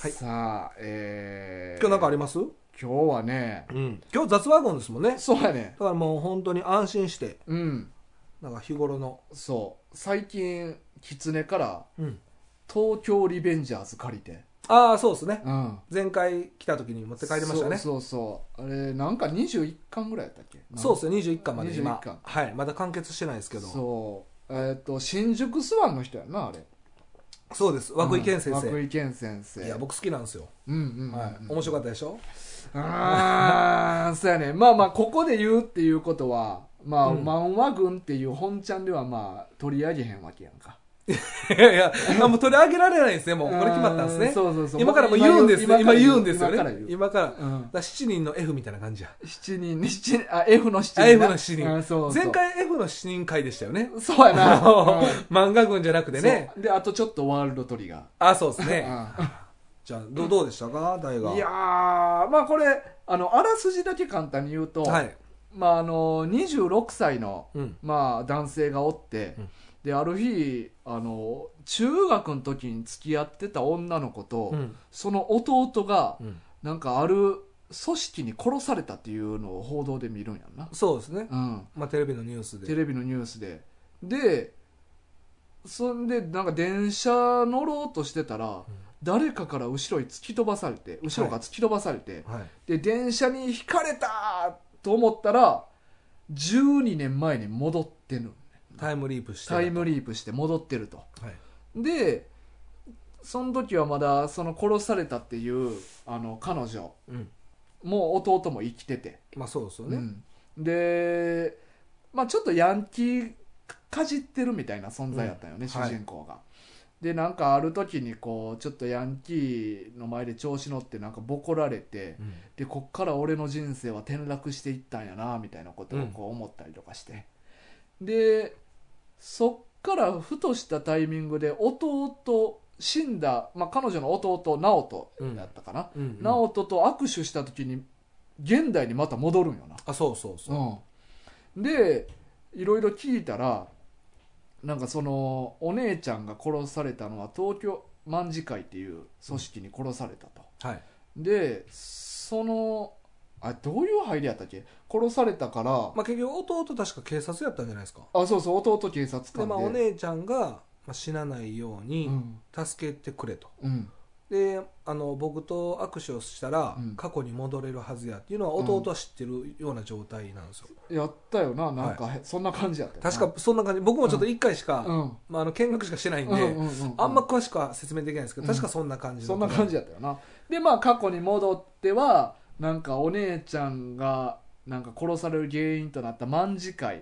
はいさあえー、今日なんかあります、今日はね今日雑ワゴンですもんねだそうやねからもう本当に安心してうんなんか日頃の、そう最近狐からうん、東京リベンジャーズ借りてああそうですねうん前回来た時に持って帰りましたねそうそうそうそうあれなんか21巻ぐらいやったっけっすね21巻まで今21巻はいまだ完結してないですけけどどそうそうえっ、と新宿スワンの人やなあれです涌井健先生、うん涌井健先生いや僕好きなんですよ、うんうん、うんはい、面白かったでしょ *laughs* ああ、そうやね。まあまあ、ここで言うっていうことは、まあ、うん漫画軍っていう本ちゃんではまあ、取り上げへんわけやんか。いやいやあもう取り上げられないですねもうこれ決まったんですうねそうそうそう。今からもう言うんです今言うんですよね今から言う。今からうんだから7人の F みたいな感じや七人、七人、あ、F の七人な。あ F の七人うんそうそう前。回 F の死人会でしたよね。そうや *laughs* な。うん漫画軍じゃなくてね。そうで、あとちょっとワールドトリガあ、そうですね。ー。じゃあ、どどうでしたか大うん *laughs* 河。いやー、まあこれ、あの、あらすじだけ簡単に言うと、はい。まああの、26歳の、うん。まあ、男性がおって、うんである日あの中学の時に付き合ってた女の子と、うん。その弟がうんなんかある組織に殺されたっていうのを報道で見るんやんな、そうですね。うん、まあ、テレビのニューステで。レビのニュースででそんでなんか電車乗ろうとしてたら、誰かから後ろに突き飛ばされて後ろから突き飛ばされて、はい。で電車にひかれたと思ったら12年前に戻ってるタイムリープしてた。タイムリープして戻ってるとはい。でその時はまだその殺されたっていうあの彼女うん。も弟も生きてて、まあ、そうですようね。んで、まあ、ちょっとヤンキーかじってるみたいな存在やったよね、うん主人公が。でなんかある時にこうちょっとヤンキーの前で調子乗ってなんかボコられてうんでこっから俺の人生は転落していったんやなみたいなことをこう思ったりとかして、でそっからふとしたタイミングで弟死んだ、まあ、彼女の弟直人だったかな、うんうん直人と握手した時に現代にまた戻るんよな、あそうそうそう、うん、でいろいろ聞いたらなんかそのお姉ちゃんが殺されたのは東京卍会っていう組織に殺されたと、はいでそのあどういう入りやったっけ殺されたから、まあ、結局弟確か警察やったんじゃないですかあそうそう弟警察官でで、まあ、お姉ちゃんがまあ死なないよううにん助けてくれと、うんであの僕と握手をしたらうん過去に戻れるはずやっていうのは弟は知ってるような状態なんですよ、やったよななんか、そんな感じやったよな確かそんな感じ僕もちょっと1回しか、うんまあ、あの見学しかしてないんで、うんうんうんうんあんま詳しくは説明できないんですけど、うん確かそんな感じそんな感じだだったよなでまあ過去に戻ってはなんかお姉ちゃんがなんか殺される原因となった卍会、ん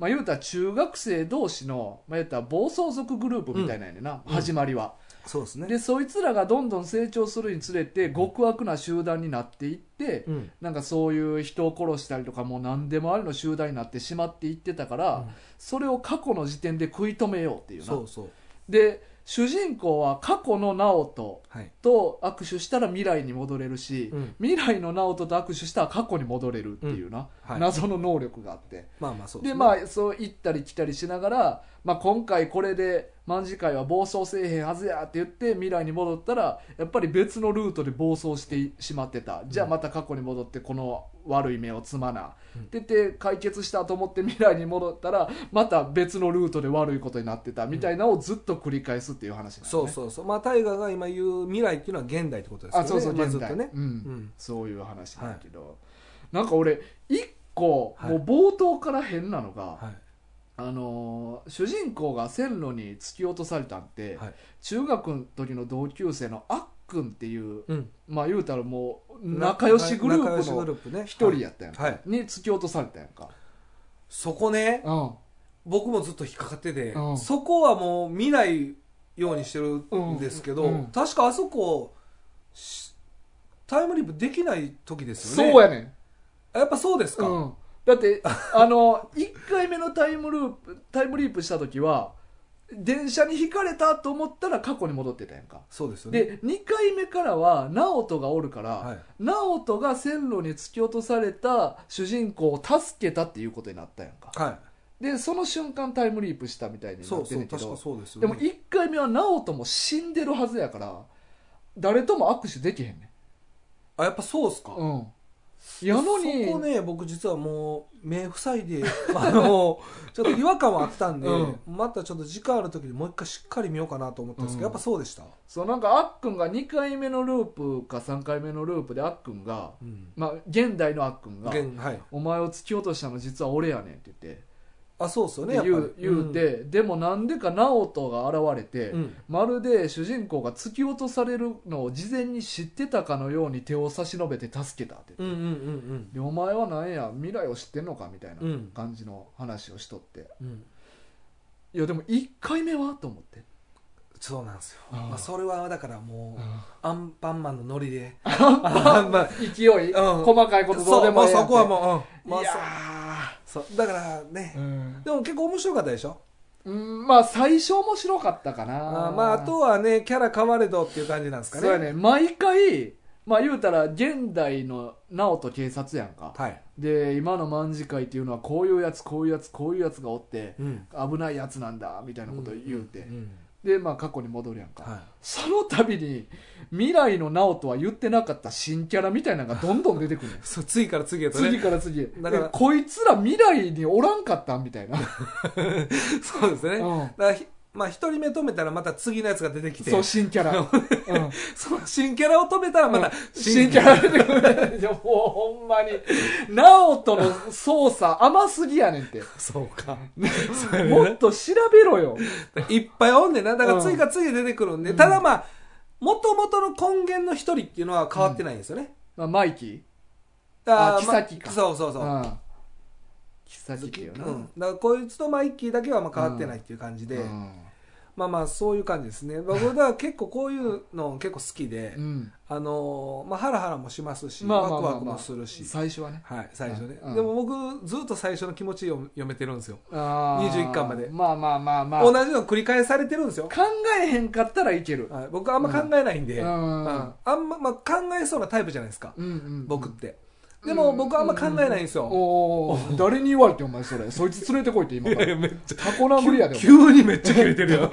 まあ言うたら中学生同士の、まあ、言うたら暴走族グループみたいなんやねんな、うん始まりは、そうですねでそいつらがどんどん成長するにつれて極悪な集団になっていって、うんなんかそういう人を殺したりとかもう何でもありの集団になってしまっていってたから、うんそれを過去の時点で食い止めようっていうなそうそうで主人公は過去の直人はい、と握手したら未来に戻れるし、うん未来の直人と握手したら過去に戻れるっていうな、はい、謎の能力があってまあまあそうでねまあそう行ったり来たりしながら、まあ、今回これで卍会は暴走せえへんはずやって言って未来に戻ったらやっぱり別のルートで暴走してしまってたじゃあまた過去に戻ってこの悪い目をつまな、うんって言って解決したと思って未来に戻ったらまた別のルートで悪いことになってたみたいなのをずっと繰り返すっていう話なんだよねそうそうそうまあ大河が今言う未来っていうのは現代ってことですよねあそうそうまあ現ずっ代、とね、ううんん、そういう話なんだけど、なんか俺一個、はいもう冒頭から変なのが、はいあのー主人公が線路に突き落とされたんって、はい中学の時の同級生のあっくんっていううん、まあ言うたらもう仲良しグルー仲良プしグのループね一人やったやんか、はいはいに突き落とされたやんか、そこねうん、僕もずっと引っかかってて、うんそこはもう見ないようにしてるんですけど、うんうん確かあそこしタイムリープできない時ですよねそうやねんやっぱそうですか、うん、だってあの1回目のタイムループタイムリープした時は電車にひかれたと思ったら過去に戻ってたやんかそうですよねで2回目からは直人がおるから、はい直人が線路に突き落とされた主人公を助けたっていうことになったやんかはでその瞬間タイムリープしたみたいにいなそっうてそんうねんけ確かどそうですよでねも1回目は直人も死んでるはずやから誰とも握手できへんねあやっぱそうですか、んうんやのにそこね僕実はもう目塞いで *laughs* あのちょっと違和感はあったんで、うんまたちょっと時間ある時にもう一回しっかり見ようかなと思ったんですけど、うんやっぱそうでした、そうなんかあっくんが2回目のループか3回目のループであっくんが、うんまあ、現代のあっくんが現はい「お前を突き落としたの実は俺やねん」って言ってあそうですよねでやっぱ言りう言うて、でもなんでか直人が現れて、うんうんまるで主人公が突き落とされるのを事前に知ってたかのように手を差し伸べて助けたってう言んっうて、んうんでお前はなんや未来を知ってんのかみたいなうん感じの話をしとって、うんうんいやでも1回目はと思って。そうなんですよ、うんまあ、それはだからもう、うアンパンマンのノリでアンパ *laughs* ンん勢い、うん細かいことどうでもそうええまやんあそてこはもう、うんまあいやそうそうだからね、うんでも結構面白かったでしょうん、まあ最初面白かったかなあーまああとはねキャラ変われどっていう感じなんですかねそうやね毎回まあ言うたら現代の直人警察やんかはい、で今の卍会っていうのはこういうやつこういうやつこういうやつがおってうん、危ないやつなんだみたいなこと言うて、んでまあ過去に戻るやんか、はい、 *laughs* その度に未来の直人は言ってなかった新キャラみたいなのがどんどん出てくる *laughs* ねんそう次から次へと次ねから次へだからえこいつら未来におらんかったんみたいな、 *laughs* そうですね、うんだからひまあ一人目止めたらまた次のやつが出てきてそう新キャ *laughs* ラ、うんその *laughs* 新キャラを止めたらまた新キャラ出てくる。いや、もうほん *laughs* まに。ナオトの操作甘すぎやねん *laughs* って。 *laughs* そうかもっと調べろよ。いっぱいおんねんなだかうんら次から次へ出てくるんで、うんただまあもともとの根源の一人っていうのは変わってないんですよね、まあ、マイキだからあまあキサキかそうそうそう、ー。切っ先っていうな、うん、だからこいつとマイキーだけはまあ変わってないっていう感じで、うんまあまあそういう感じですね僕は結構こういうの結構好きで、うんあのーまあ、ハラハラもしますし、まあまあまあまあワクワクもするし、最初はねはい、最初ね、うんでも僕ずっと最初の気持ち読読めてるんですよ、あー21巻までまあまあまあまあ同じの繰り返されてるんですよ、考えへんかったらいける、はい、僕あんま考えないんで、ううんんあんま、まあ、考えそうなタイプじゃないですか、うんうん僕ってでも僕あんま考えないんですよ、おお誰に言われてんお前それそいつ連れてこいって今いかやらいや *laughs* めっちゃタコ殴りやでお前急にめっちゃ切れてる *laughs* よ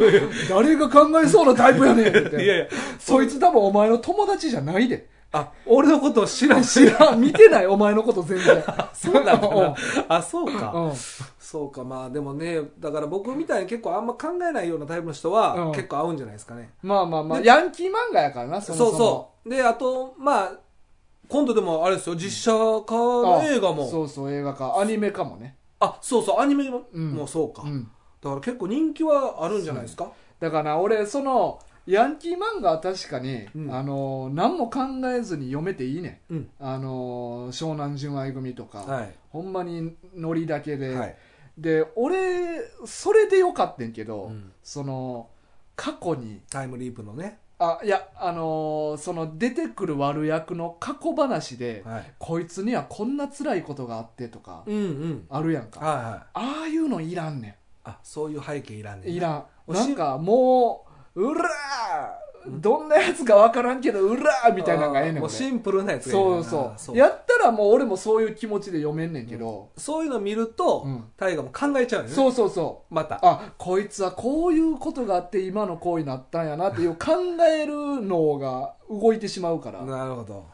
誰が考えそうなタイプやねんって言って *laughs* いやいやそいつ多分お前の友達じゃないで *laughs* あ俺のことを知らん知し *laughs* らん見てないお前のこと全然そうなんだうんな *laughs* あ *laughs* そうか、うんそうかまあでもねだから僕みたいに結構あんま考えないようなタイプの人は、うん結構合うんじゃないですかねまあまあまあでヤンキー漫画やからなそそもうそそうであとまあ今度でもあれですよ実写化のあ映画ももそうそう映画かアニメかもねあそうそうアニメも,、うんもうそうか、うだんから結構人気はあるんじゃないですかだから俺そのヤンキー漫画は確かに、うんあの何も考えずに読めていいねう,、んあの湘南純愛組とか、はい、ほんまにノリだけで、はいで俺それでよかったんけど、うんその過去にタイムリープのね、あいやあのーその出てくる悪役の過去話で、はい、こいつにはこんな辛いことがあってとか、うんうんあるやんか、はいはいああいうのいらんねあそういう背景いらんねんんいんらんおなしんかもううらーどんなやつか分からんけどうらーみたいなのがええねんも俺うシンプルなやつがいいねんそなうそうそうやったらもう俺もそういう気持ちで読めんねんけど、そういうの見ると、うん大河も考えちゃうよねそうそうそうまたあこいつはこういうことがあって今の行為になったんやなっていう考える脳が動いてしまうからなるほど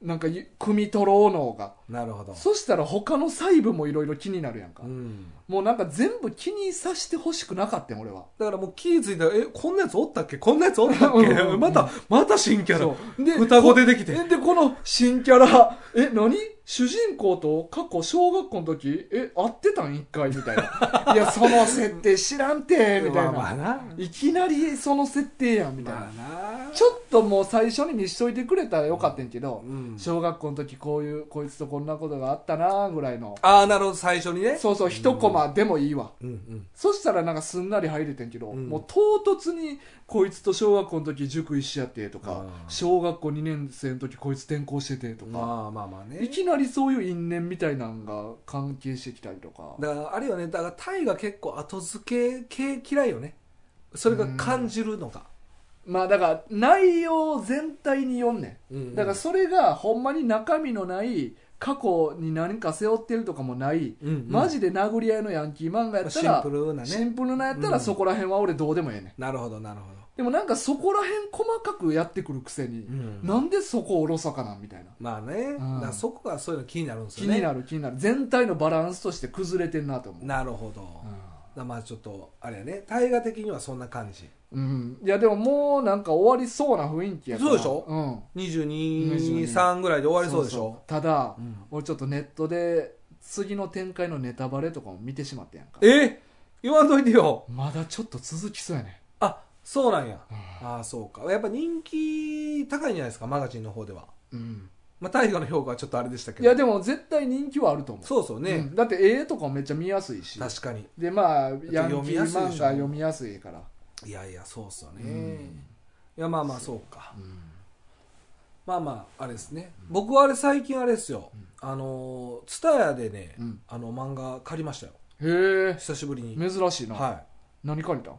なんかゆ汲み取ろう脳がなるほどそしたら他の細部もいろいろ気になるやんか、うんもうなんか全部気にさせてほしくなかったん俺はだからもう気ぃついたら、え、こんなやつおったっけこんなやつおったっ *laughs* けうんうんうんまた、また新キャラそ。うで双子こ出てきて。えでこの新キャラえ何主人公と過去小学校の時え会ってたん一回みたいないやその設定知らんてみたいな、まあな。いきなりその設定やんみたいな、まあな。ちょっともう最初に見しといてくれたらよかったんけど、うん小学校の時こういうこいつとこんなことがあったなぐらいのああ、なるほど、最初にね。そうそう一コマでもいいわ、うんうん。そしたらなんかすんなり入れてんけど、うんもう唐突にこいつと小学校の時塾一緒やってとかあー小学校2年生の時こいつ転校しててとか、まあまあまあねい。きなりそういう因縁みたいなんが関係してきたりとかだから、あれよね、だから、タイが結構後付け系嫌いよね。それが感じるのが。まあだから内容全体に読んねんうんだからそれがほんまに中身のない過去に何か背負ってるとかもない、うんうんマジで殴り合いのヤンキー漫画やったらシンプルなねシンプルなやったうらんそこら辺は俺どうでもええねんなるほど、なるほでもなんかそこら辺細かくやってくるくせに、ど。うんなんでそこおろそかなんみたいなまあね。だんからそこがそういうの気になるんです気よね。になる気になる全体のバランスとして崩れてんなと思うなるほど。だからまあちょっと、あれやね、大河的にはそんな感じ。うん、いやでももうなんか終わりそうな雰囲気やからそうでしょうん、 22 22 3ぐらいで終わりそうでしそょそただ、うん俺ちょっとネットで次の展開のネタバレとかも見てしまったやんかえ言わんといてよまだちょっと続きそうやねあそうなんやあそうかやっぱ人気高いんじゃないですかマガジンの方ではうんまあ大河の評価はちょっとあれでしたけいどやでも絶対人気はあると思うそうそううねんだって絵とかもめっちゃ見やすいし確かにでまあヤン読キみーや漫すい画でしょ読みやすいからいやいやそうっすようねんいやまあまあそうかうんまあまああれですね僕はあれ最近あれですよあのツタヤでねうんあの漫画借りましたよへえ久しぶりに珍しいな、はい何借りたん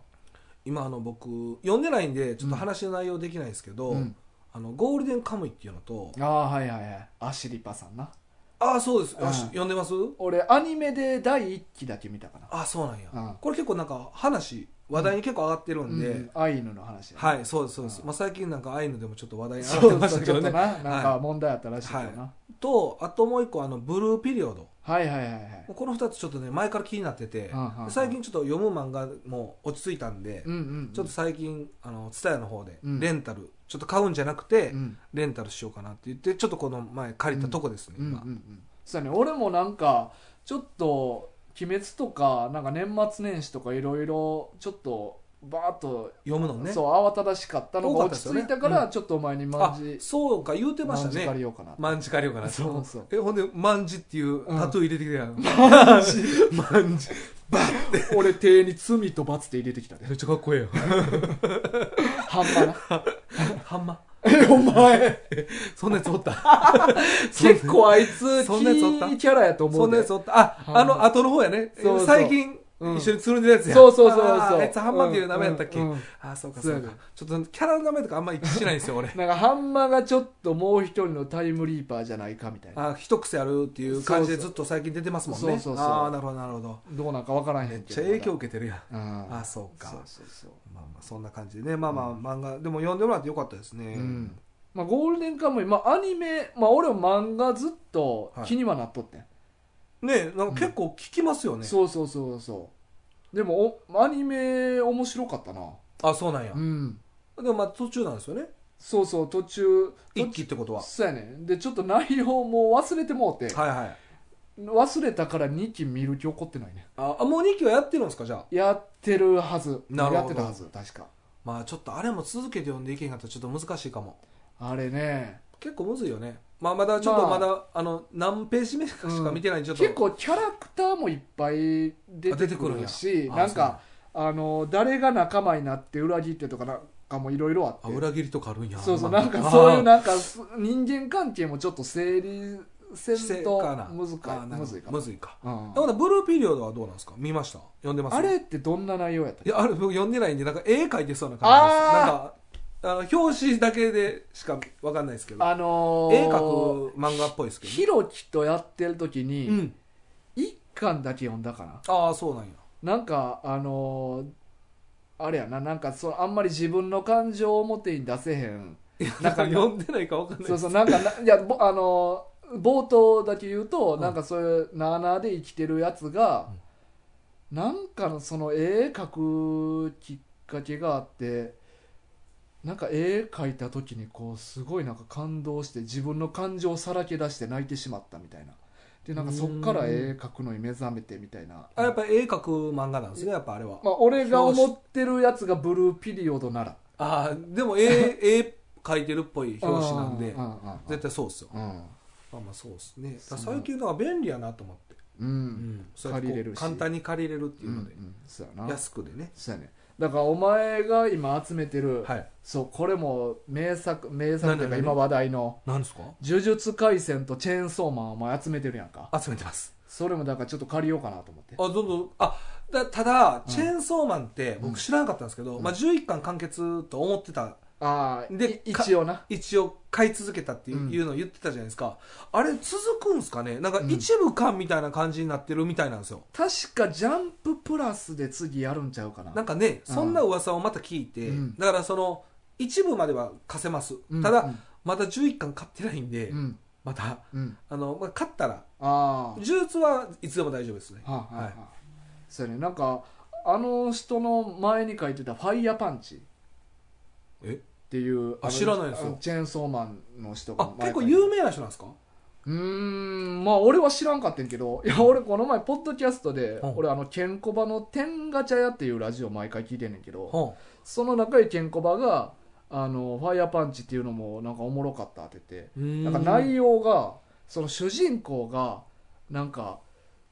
今あの僕読んでないんでちょっと話の内容できないですけど、うんあのゴールデンカムイっていうのとああはいはいはいアシリパさんなああそうです、うんあし読んでます俺アニメで第1期だけ見たかなああそうなんや、うんこれ結構なんか話話題に結構上がってるんで、うんアイヌの話やなはいそうですそうです、うんまあ、最近なんかアイヌでもちょっと話題に上そがってうまそしうちたけょどっとねななんか問題あったらしいけどな、とあともう一個あのブルーピリオドはい、はいはいはいこの2つちょっとね前から気になってて、うんうんうん最近ちょっと読む漫画も落ち着いたんで、うんうんうんちょっと最近あのツタヤの方でうんレンタル、ちょっと買うんじゃなくて、うんレンタルしようかなって言ってちょっとこの前借りたとこですね、うんうん今、うんそうやね俺もなんかちょっと「鬼滅」とかなんか年末年始とかいろいろちょっとバーッと、読むのねそう慌ただしかったのが多かっ落たでちすよ着ねいたからうちょっとお前にまんあじそうか言うてまましたんじ借りねようかなまんじ借りようかなそうそうえほんでまんじっていうタトゥー入れてきてやん、まんじまんじ俺手に罪と罰って入れてきたで *laughs* めっちゃかっこええ半端なやんはんまえ *laughs* お *laughs* 前そんなやつおった *laughs* 結構あいつキそんなやつおったーキャラやと思そうんなでやつおったあはんまあの後の方やねそうそう最近うん一緒につるんでるやつやそうそうそうそうあーあいつハンマっていう名前やったっけ、うんうんあーそうかそうやそうねかちょっとキャラの名前とかあんま一致しないんです *laughs* よ俺なんかハンマがちょっともう一人のタイムリーパーじゃないかみたいなあー一癖あるっていう感じでそうそずっと最近出てますもんねそうそうそうああなるほどなるほどどうなんかわからへんけめっどちゃ影響受けてるやんうんあーそうかそうそうそうまあまあそんな感じでねまあまあ漫画でも読んでもらってよかったですねうんまあ、ゴールデンカムイ、まあ、アニメ、まあ、俺も漫画ずっと気にはなっとってん、ねなんか結構聞きますよねそうそうそうそうでもおアニメ面白かったなあそうなんやうんでもまあ途中なんですよねそうそう途中一期ってことはそうやねんでちょっと内容もう忘れてもうて、はいはい忘れたから2期見る気起こってないねああもう2期はやってるんですかじゃあやってるはずなるやほっどてたはず確かまあちょっとあれも続けて読んでいけんかったらちょっと難しいかもあれね結構むずいよねまあまだちょっとまあまだあの何ページ目しかしか見てないんでちょっと結構キャラクターもいっぱい出てくるしあなんそうかあの誰が仲間になって裏切ってとかなんかもいろいろあってあ裏切りとかあるんやそうそうまなあんかそういうあなんかす人間関係もちょっと整理せー姿ん勢とかなむずあかーなるむほどずいかむずいかうんだからブルーピリオドはどうなんですか見ました読んでますあれってどんな内容やったっいけやあれ僕読んでないんでなんか絵描いてそうなあ感じですなんかあの表紙だけでしかわかんないですけどあのー、絵描く漫画っぽいですけどねひろきとやってる時うにん一巻だけ読んだかなああそうなんやなんかあのーあれやななんかそのあんまり自分の感情を表に出せへんなんか読んでないかわかんないそうそうなんかないやぼあの冒頭だけ言うと、なんかそういうなあなあで生きてるやつが、なんかのその絵描くきっかけがあってなんか絵描いた時にこうすごいなんか感動して自分の感情をさらけ出して泣いてしまったみたいなでなんかそっから絵描くのに目覚めてみたいなあやっぱ絵描く漫画なんですねやっぱあれはまあ、俺が思ってるやつがブルーピリオドならああ *laughs* でも絵絵描いてるっぽい表紙なんでうんうんうん絶対そうっすようんまあまあそうっすねだからそう最近なんか便利やなと思ってうん、うんそうやって借こりうれるし簡単に借りれるっていううんうのでん、そうやな安くでねそうやねだからお前が今集めてる、はいそうこれも名作名作というか何何今話題のなんですか「呪術廻戦」と「チェーンソーマン」お前集めてるやんか集めてますそれもだからちょっと借りようかなと思ってあどんどんあだただ、うんチェーンソーマンって僕知らなかったんですけど、うんまあ、11巻完結と思ってたああでいか一応な一応買い続けたっていう,、うんのを言ってたじゃないですかあれ続くんですかねなんかうん一部巻みたいな感じになってるみたいなんですよ、確か「ジャンププラス」で次やるんちゃうかななんかねうんそんな噂をまた聞いて、うんだからその一部までは貸せます、うんただまだ11巻買ってないんで、うんうん、またうんあの、まあ、買ったらああ呪術はいつでも大丈夫ですねはあはあははいあそうやねなんかあの人の前に書いてた「ファイヤーパンチ」えっていうあの知らないですよあのチェーンソーマンの人があ前結書構いてる有名な人なんですかうーんまあ俺は知らんかってんけどいや俺この前ポッドキャストで、うん俺あのケンコバの「天ガチャ屋」っていうラジオ毎回聞いてんねんけど、ほその中でケンコバが「あのファイヤーパンチ」っていうのもなんかおもろかったって言ってううんなんか内容がその主人公がなんか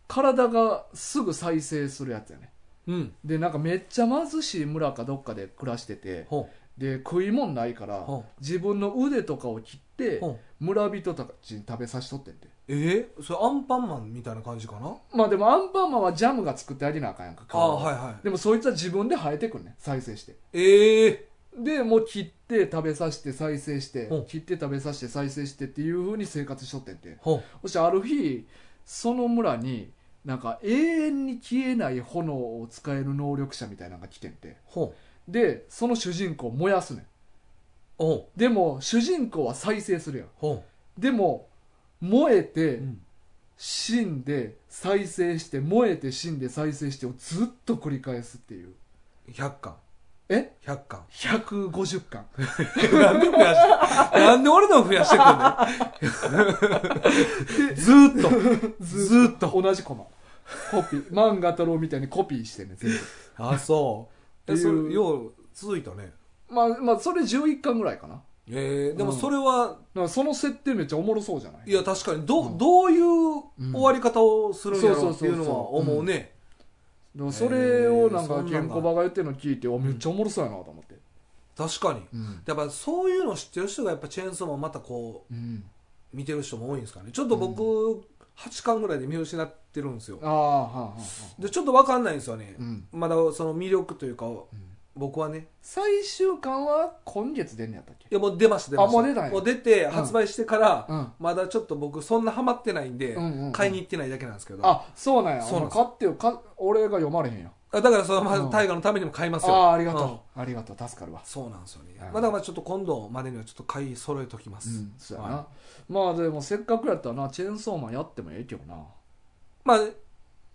体がすぐ再生するやつやねうんでなんかめっちゃ貧しい村かどっかで暮らしててほで食いもんないからうん自分の腕とかを切ってほ村人たちに食べさしとってんてえー、それアンパンマンみたいな感じかなまあでもアンパンマンはジャムが作ってあげなあかんやんかあ顔あをはいはでもそいつは自分で生えてくんね再生していええでもう切って食べさせて再生してうん切って食べさせて再生してっていうふうに生活しとってんてほそしてある日その村になんか永遠に消えない炎を使える能力者みたいなのが来てんてほでその主人公を燃やすねんほでも主人公は再生するやんほでも燃えて、うん死んで再生して燃えて死んで再生してをずっと繰り返すっていう100巻え100巻150巻なんで増やして *laughs* なんで俺の増やしてくんの *laughs* ず *laughs* ーっとずーっと同じコマコピー漫画太郎みたいにコピーしてね全部あそてえいそれうよう続いたねまあまあそれ11巻ぐらいかなだかえー、でもうんそれは、らその設定めっちゃおもろそうじゃないいや確かにど,、ううんどういう終わり方をするんやうんそうろうそうそってうそういうのは思うね、でもそれをなんえかーケンコバが言ってるの聞いておめっちゃおもろそうやなと思って確かにうんやっぱそういうの知ってる人がやっぱチェーンソーマンまたこうんう見てる人も多いんですかねちょっと僕、八8巻ぐらいで見失ってるんですよああはあはあはあでちょっと分かんないんですよね、うんまだその魅力というか僕はね最終巻は今月出んのやったっけいやもう出ました出ましたあもう出たんやて発売してから、うんまだちょっと僕そんなハマってないんで、うんうんうん買いに行ってないだけなんですけどああそうなんやそうなんです買ってよか俺が読まれへんやだからそのまうんず大河のためにも買いますあよあありがんとうありがとう助かるわそうなんですよね、うんまだまだちょっと今度までにはちょっと買い揃えときまうす、んそうやな、はいまあでもせっかくやったらなチェーンソーマンやってもええけどな、まあ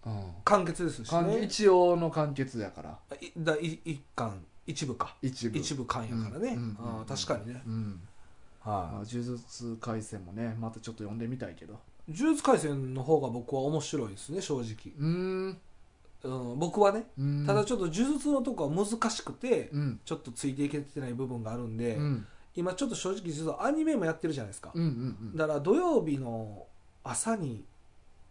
うん完結ですし完ね一応の完結やからいだい一巻一部か一部一部巻やかうんうらね、んうんあー確かにね、うんまあは呪術廻戦もねまたちょっと読んでみたいけどい、呪術廻戦の方が僕は面白いですね正直、うーんうん、僕はねうーんただちょっと呪術のとこは難しくて、うんちょっとついていけてない部分があるんうで、んうん今ちょっと正直実はアニメもやってるじゃないですか、うんうんだから土曜日の朝に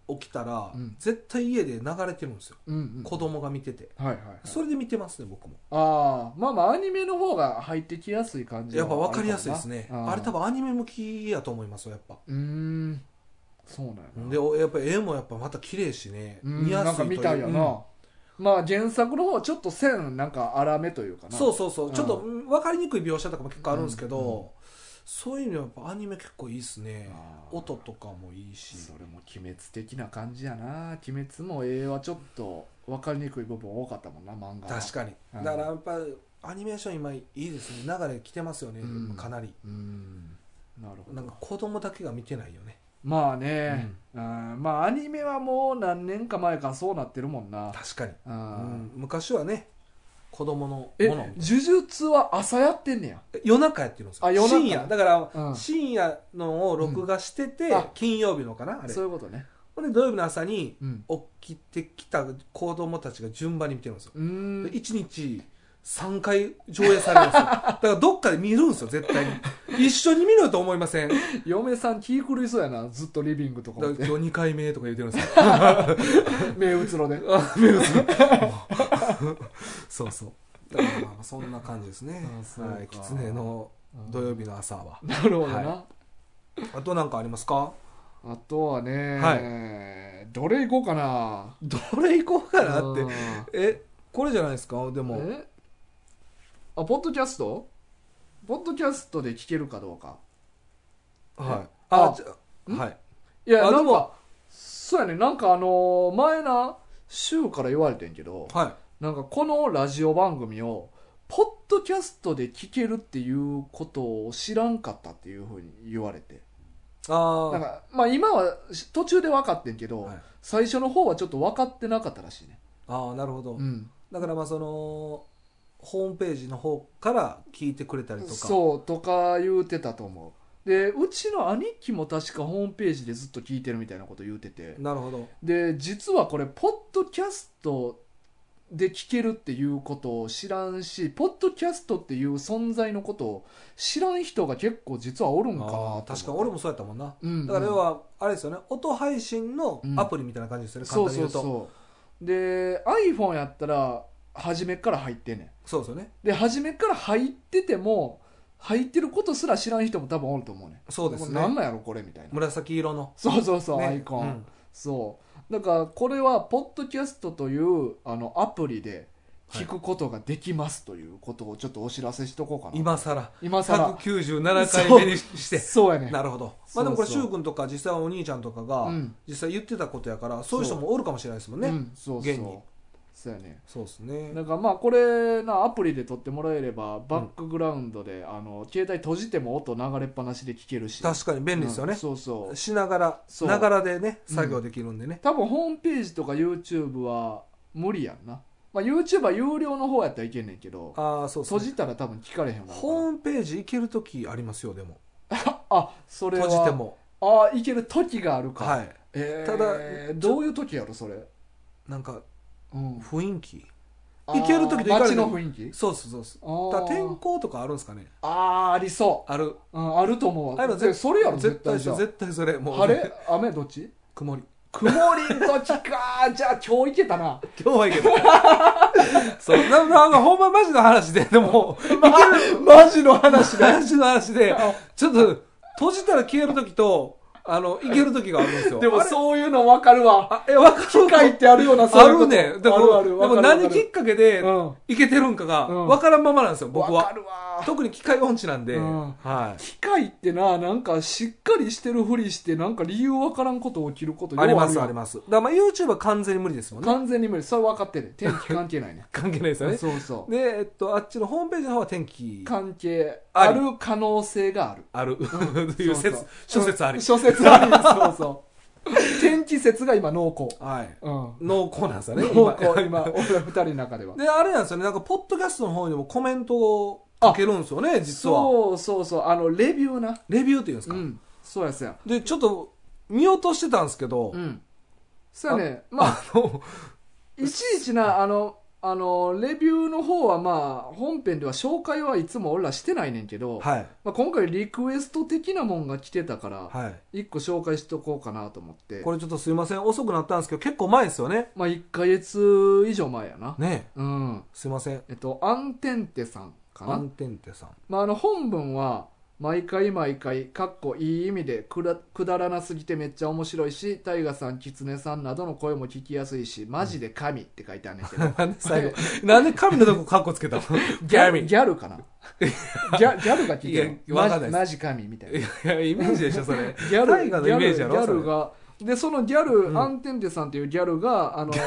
起きたら、うん絶対家で流れてるんですよ、うんうん子供が見ててはいはいはいそれで見てますね僕もああまあまあアニメの方が入ってきやすい感じやはっぱ分かりやすいですあるねかもなあれ多分アニメ向きやと思いますよやっぱうーんそうなんやなでおやっぱ絵もやっぱまた綺麗しねうん見やなんすかいとい見うたいよな、まあ原作の方はちょっと線なんか粗めというかうんなそうそうそう、うんちょっと分かりにくい描写とかも結構あるんですけど、うんうんそういうのやっぱアニメ結構いいですねあー音とかもいいしそれも鬼滅的な感じやな鬼滅も絵はちょっと分かりにくい部分多かったもんな漫画は確かにうんだからやっぱアニメーション今いいですね流れ来てますよね、うんかなりうーんなるほなんどか子供だけが見てないよねまあね、うんまあアニメはもう何年か前からそうなってるもんな確かに、ううんん、昔はね子供のもえの呪術は朝やってんねやえ夜中やってるんですよあ夜中深夜だから、うん深夜のを録画してて、うんあ金曜日のかなあれそういうことねほんで土曜日の朝にうん起きてきた子供たちが順番に見てるんですよ、うーんで1日3回上映される *laughs* んですよだからどっかで見るんですよ絶対に一緒に見ろよと思いませんだか嫁さん気狂いそうやなずっとリビングとからおっ今日て2回目とか言ってるんですよ目うつろであ目移る *laughs* そうそうだからまあそんな感じです *laughs* ねあそうかはい狐の土曜日の朝は *laughs* なるほどな、はあと何かありますかあとはね、どれ行こうかなどれ行こうかなってうんえこれじゃないですかでもえあポッドキャストポッドキャストで聞けるかどうかはいああじゃはいいやあなでんかもそうやねなんかあのー前な週から言われてんけどはなんかこのラジオ番組をポッドキャストで聞けるっていうことを知らんかったっていうふうに言われていあなんあかまあ今は途中で分かってんけど、はい最初の方はちょっと分かってなかったらしいねああなるほど、うんだからまあそのホームページの方から聞いてくれたりとかそうとか言うてたと思うでうちの兄貴も確かホームページでずっと聞いてるみたいなこと言うててなるほどで実はこれポッドキャストで聞けるっていうことを知らんしポッドキャストっていう存在のことを知らん人が結構実はおるんかなと思あっーて確かに俺もそうやったもんな、うんうんだから要はあれですよね音配信のアプリみたいな感じですよね、そ簡う単そうに言うとそうそうで iPhone やったら初めっから入ってんねんですよねで初めっから入ってても入ってることすら知らん人も多分おると思うねんそうですなんねなんやろこれみたいな紫色の、そうそうそう、ねアイコン、うんそうだからこれはポッドキャストというあのアプリで聞くことができますということをちょっとお知らせしとこうかな、今さら今さら197回目にしてそうやねなるほどまあでもこれそうそう柊君とか実際はお兄ちゃんとかが、うん実際言ってたことやからそういう人もおるかもしれないですもんね、うん、そうそう現にそうやねそうですねだからまあこれなアプリで撮ってもらえればバックグラウンドで、あの携帯閉じても音流れっぱなしで聞けるし確かに便利ですようねん、そうそうしながらそうながらでねうん作業できるんでね、多分ホームページとか YouTube は無理やんな、まあ、YouTube は有料の方やったらいけんねんけどああそうそ閉うじたら多分聞かれへんわからホームページ行ける時ありますよでもあそれは閉じてもああいける時があるか、はいえー、たただだどういう時やろそれ、なんかうん、雰囲気行ける時と行かれ街る時の雰囲気そうそうそうそあーうだから天候とかあるんですかねあーありそあるう、うん、あると思うあれはでそれやろ絶絶対対じゃあ絶対それもう晴れ雨どっち曇り曇りの時 *laughs* かじゃあ今日行けたな今日はいいけどそうななんかほんまマジの話ででもマジの話マジの話であちょっと閉じたら消える時とあの行ける時があるんですよでもそういうの分かるわあえ分かる機械ってあるようなあそういうこるとねでもあるあるで分もかる何分かきるっかけでうんいけてるんかがうん分からんままなんですよ僕分かはるわ特に機械音痴なんでうんはい機械ってななんかしっかりしてるふりしてなんか理由分からんこと起きることようありますやんありますだからまあ YouTube は完全に無理ですもんね完全に無理それ分かってる天気関係 *laughs* ないね関係ないですよねそうそうでえっとあっちのホームページの方は天気関係あありる可能性があるある *laughs* というそ説うそう諸説あり諸説あ *laughs* りそうそう天気説が今濃厚はいうん濃厚なんですよね濃厚今今俺ら二人の中ではであれなんですよねなんかポッドキャストの方にもコメントをかけるんですよね実はそうそうそうあのレビューなレビューっていうんですうかんそうやそうやでちょっと見落としてたんですけどうんそうやねまああの *laughs* いちいちなあのあのレビューの方はまあ本編では紹介はいつも俺らしてないねんけど、はいまあ、今回リクエスト的なもんが来てたからはい一個紹介しとこうかなと思ってこれちょっとすいません遅くなったんですけど結構前ですよねまあ1ヶ月以上前やな、ねえうんすいませんえっとアンテンテさんかなアンテンテさん *laughs* まあ、あの本文は毎回毎回かっこいい意味でくらくだらなすぎてめっちゃ面白いし大ガさんキツネさんなどの声も聞きやすいしマジで神って書いてあるんだけ *laughs* どなんで最後なんで神のとこカッコつけたの *laughs* ギャギャル *laughs* かなギャギャルが聞いてるいやわかんないですマジ神みたいないやイメージでしょそれギャル大河のイメージやろギャルギャルがでそのギャル、うんアンテンテさんっていうギャルがあ *laughs* のタ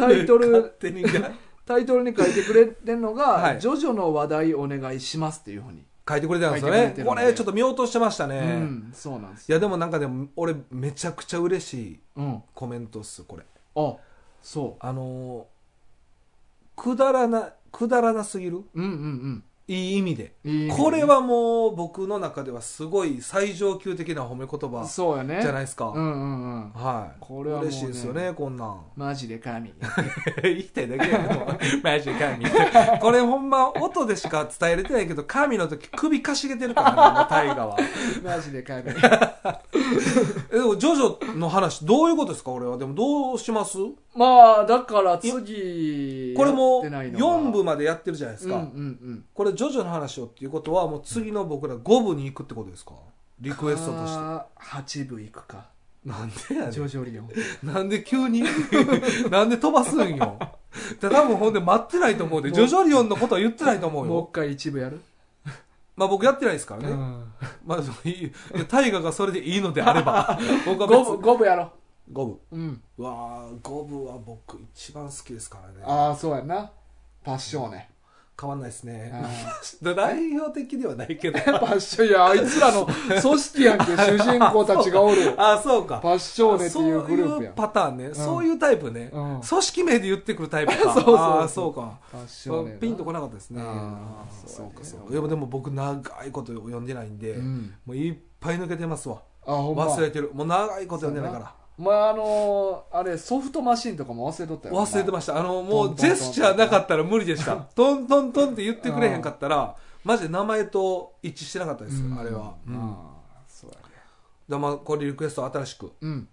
勝イトル手に書タイトルに書いてくれてるのが、はいジョジョの話題お願いします」っていうふうに、いてくれたんです書いてくれよねてるんでこれちょっと見落としてましたね、うんそうなんですいやでもなんかでも俺めちゃくちゃ嬉しいうんコメントっすこれあそあのーくだらなくだらなすぎるううんうんいい意味でうんいいねこれはもう僕の中ではすごい最上級的な褒め言葉そうやねじゃないですか、うんうんうんはいこれはもうね嬉しいですよねこんなん *laughs* マジで *laughs* 神言いたいだけや *laughs* もマジ神これほんま音でしか伝えれてないけど神の時首かしげてるからねもう大河は *laughs* マジで神えでもジョジョの話どういうことですか俺はでもどうしますまあだから次これもやってないのが4部までやってるじゃないですか、うんうんうんこれジョジョの話をっていうことはもう次の僕ら5部に行くってことですかリクエストとしてあー8部いくかなんでやねジョジョリオンんなんで急に *laughs* なんで飛ばすんよだ多分ほんで待ってないと思うでもうジョジョリオンのことは言ってないと思うもうよ一回一部やる、まあ僕やってないですからうね、ん、まあそういい大河がそれでいいのであ *laughs* れば僕は5部五部やろ5部う、うん、うわあ5部は僕一番好きですからねああそうやなパッション *laughs* ね変わんないですねあ *laughs* 代表的ではないけどパッションいやあいつらの *laughs* 組織やんけ主人公たちがおる *laughs* ああそうかパッションねっていうグルーそうプいやうんパターンね、そういうタイプね、うん組織名で言ってくるタイプ *laughs* かそうそうそうああそうかパッションねピンとこなかったですねあーそうかそそううやねかでもでも僕長いこと読んでないんで、うんもういっぱい抜けてますわあほんま忘れてるもう長いこと読んでないからまああのーあれソフトマシンとかも忘れとったよな忘れてましたあのトントもンうジェスチャーなかったら無理でしたトントントンって言ってくれへんかったらマジで名前と一致してなかったですうよ、んあれは、うんああそうやねでまあこれリクエスト新しくうん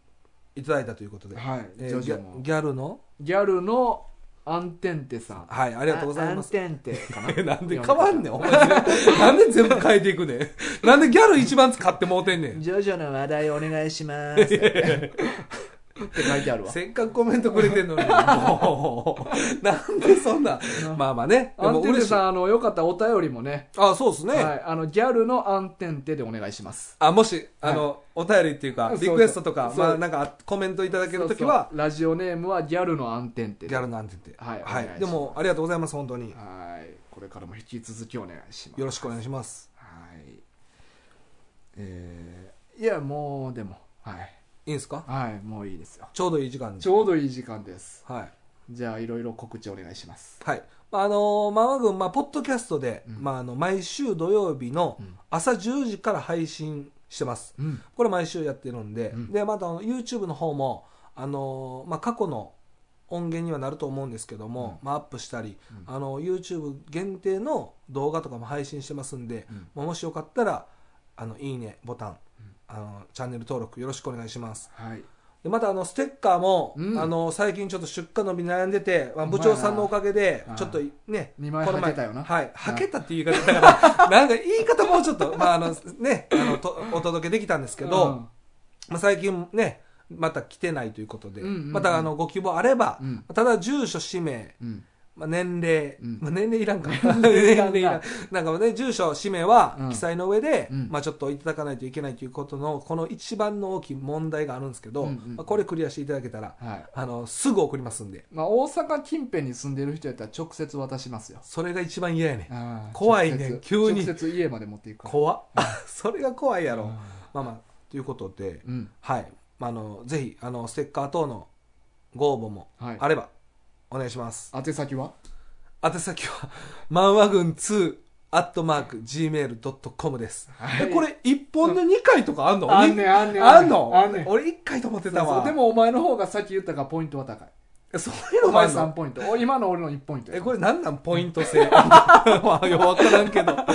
いただいたということで、はいえージョジギョもャギャルのギャルのアンテンテさんあはいありがとうございますアンテンテかな *laughs* なんで変わんねん、お前。なんで全部変えていくねん。なんでギャル一番使ってもうてんねん。ジョジョの話題お願いします *laughs* って書いてあるわせっかくコメントくれてんのに。もうなんでそんな。まあまあね。でアもンテンテ嬉しい。さんあのよかったらお便りもねあ、そうですね。はい、あのギャルのアンテンテでお願いしますあ、もし、あの、お便りっていうかそう、そうリクエストとか、そうまあなんかコメントいただけるときそうは、そうラジオネームはギャルのアンテンテギャルなんて言って。はいお願いしまはすい。でも、ありがとうございます、本当に。よはいこれからも引き続きお願いしますろしくお願いします。はいえーいやもうでもはいいいんすかはいもういいですよちょうどいい時間にち。ょうどいい時間ですはい。じゃあいろいろ告知お願いしますはい。まあ、あの、ママ軍、まあ、ポッドキャストで、うんまあ、あの、毎週土曜日のうん朝10時から配信してます。うんこれ毎週やってるんで、うんで、またあの YouTube の方も、あのーまあ、過去の音源にはなると思うんですけども、まあ、アップしたり、うあの YouTube 限定の動画とかも配信してますんで、うんもしよかったらあのいいねボタン、あのチャンネル登録よろしくお願いしますはいでまたあのステッカーも、うんあの最近ちょっと出荷のみ悩んでて、まあほんま部やな長さんのおかげでああちょっとね二枚この前はけたよなはいはけたっていう言い方だから *laughs* なんか言い方もうちょっとまああのねあのとお届けできたんですけど、まあ、最近ねまた来てないということで、うんうんうんまたあのご希望あれば、うんただ住所氏名、うん、うんまあ、年齢、うんまあ、年齢いら *laughs* んか齢いらんかいらんなんかね住所氏名うはん記載の上で、うんまあ、ちょっといただかないといけないということのこの一番の大きい問題があるんですけど、うんうんまあ、これクリアしていただけたらはいあのすぐ送りますんでまあ、大阪近辺に住んでる人やったら直接渡しますよそれが一番嫌やねんあー怖いね直接急に直接家まで持っていくから怖っ *laughs* それが怖いやろ、うんまあまあということで、うんはいまあ、あのぜひあのステッカー等のご応募もはいあればお願いします、宛先は宛先は、漫画軍2、アットマーク、gmail.com です。はいえこれ、一本で2回とかあんの、あんねんあんねんあんのあんねん俺1回と思ってたそうそわ。うでもお前の方がさっき言ったからポイントは高いえ、そういうおのもあ前ん3のポイントお今の俺の1ポイントやえ、これなんなんポイント制。 *laughs* まあ、よくわからん *laughs* けど。ま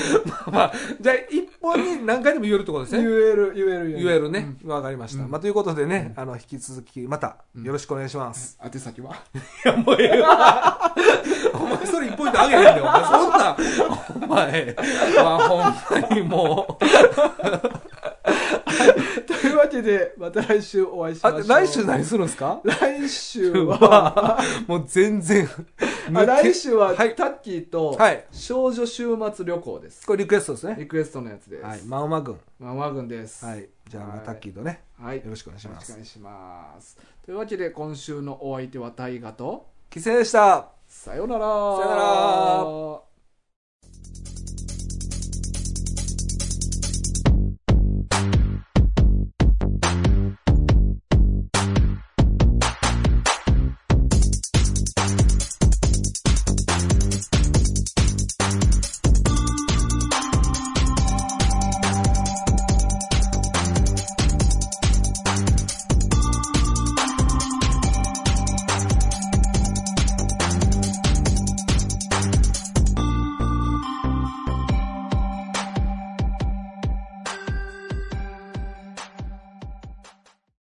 あまあ、じゃあ、一本に何回でも言えるってことです言えね。る言える言えるね。わ、かりました。うんまあ、ということでね、あの、引き続き、また、よろしくお願いします。うん宛先はいや、もうええわ。 *laughs* お前、それ1ポイントあげへんねん。お前、そんな、お前、まあ、ほんまにもう。というわけでまた来週お会いしまあ、しょう来週何するんですか来週 *laughs* はまあ、もう全然。あ来週はタはいッキーとはい少女週末旅行ですこれリクエストですね。リクエストのやつですはい、マウマ軍。マンワ軍ですはい。じゃあ、まあタッキーとね、はいよろしくお願いしよろましくおす。願いしますというわけで今週のお相手は大ガと帰省でした。さようならさようなら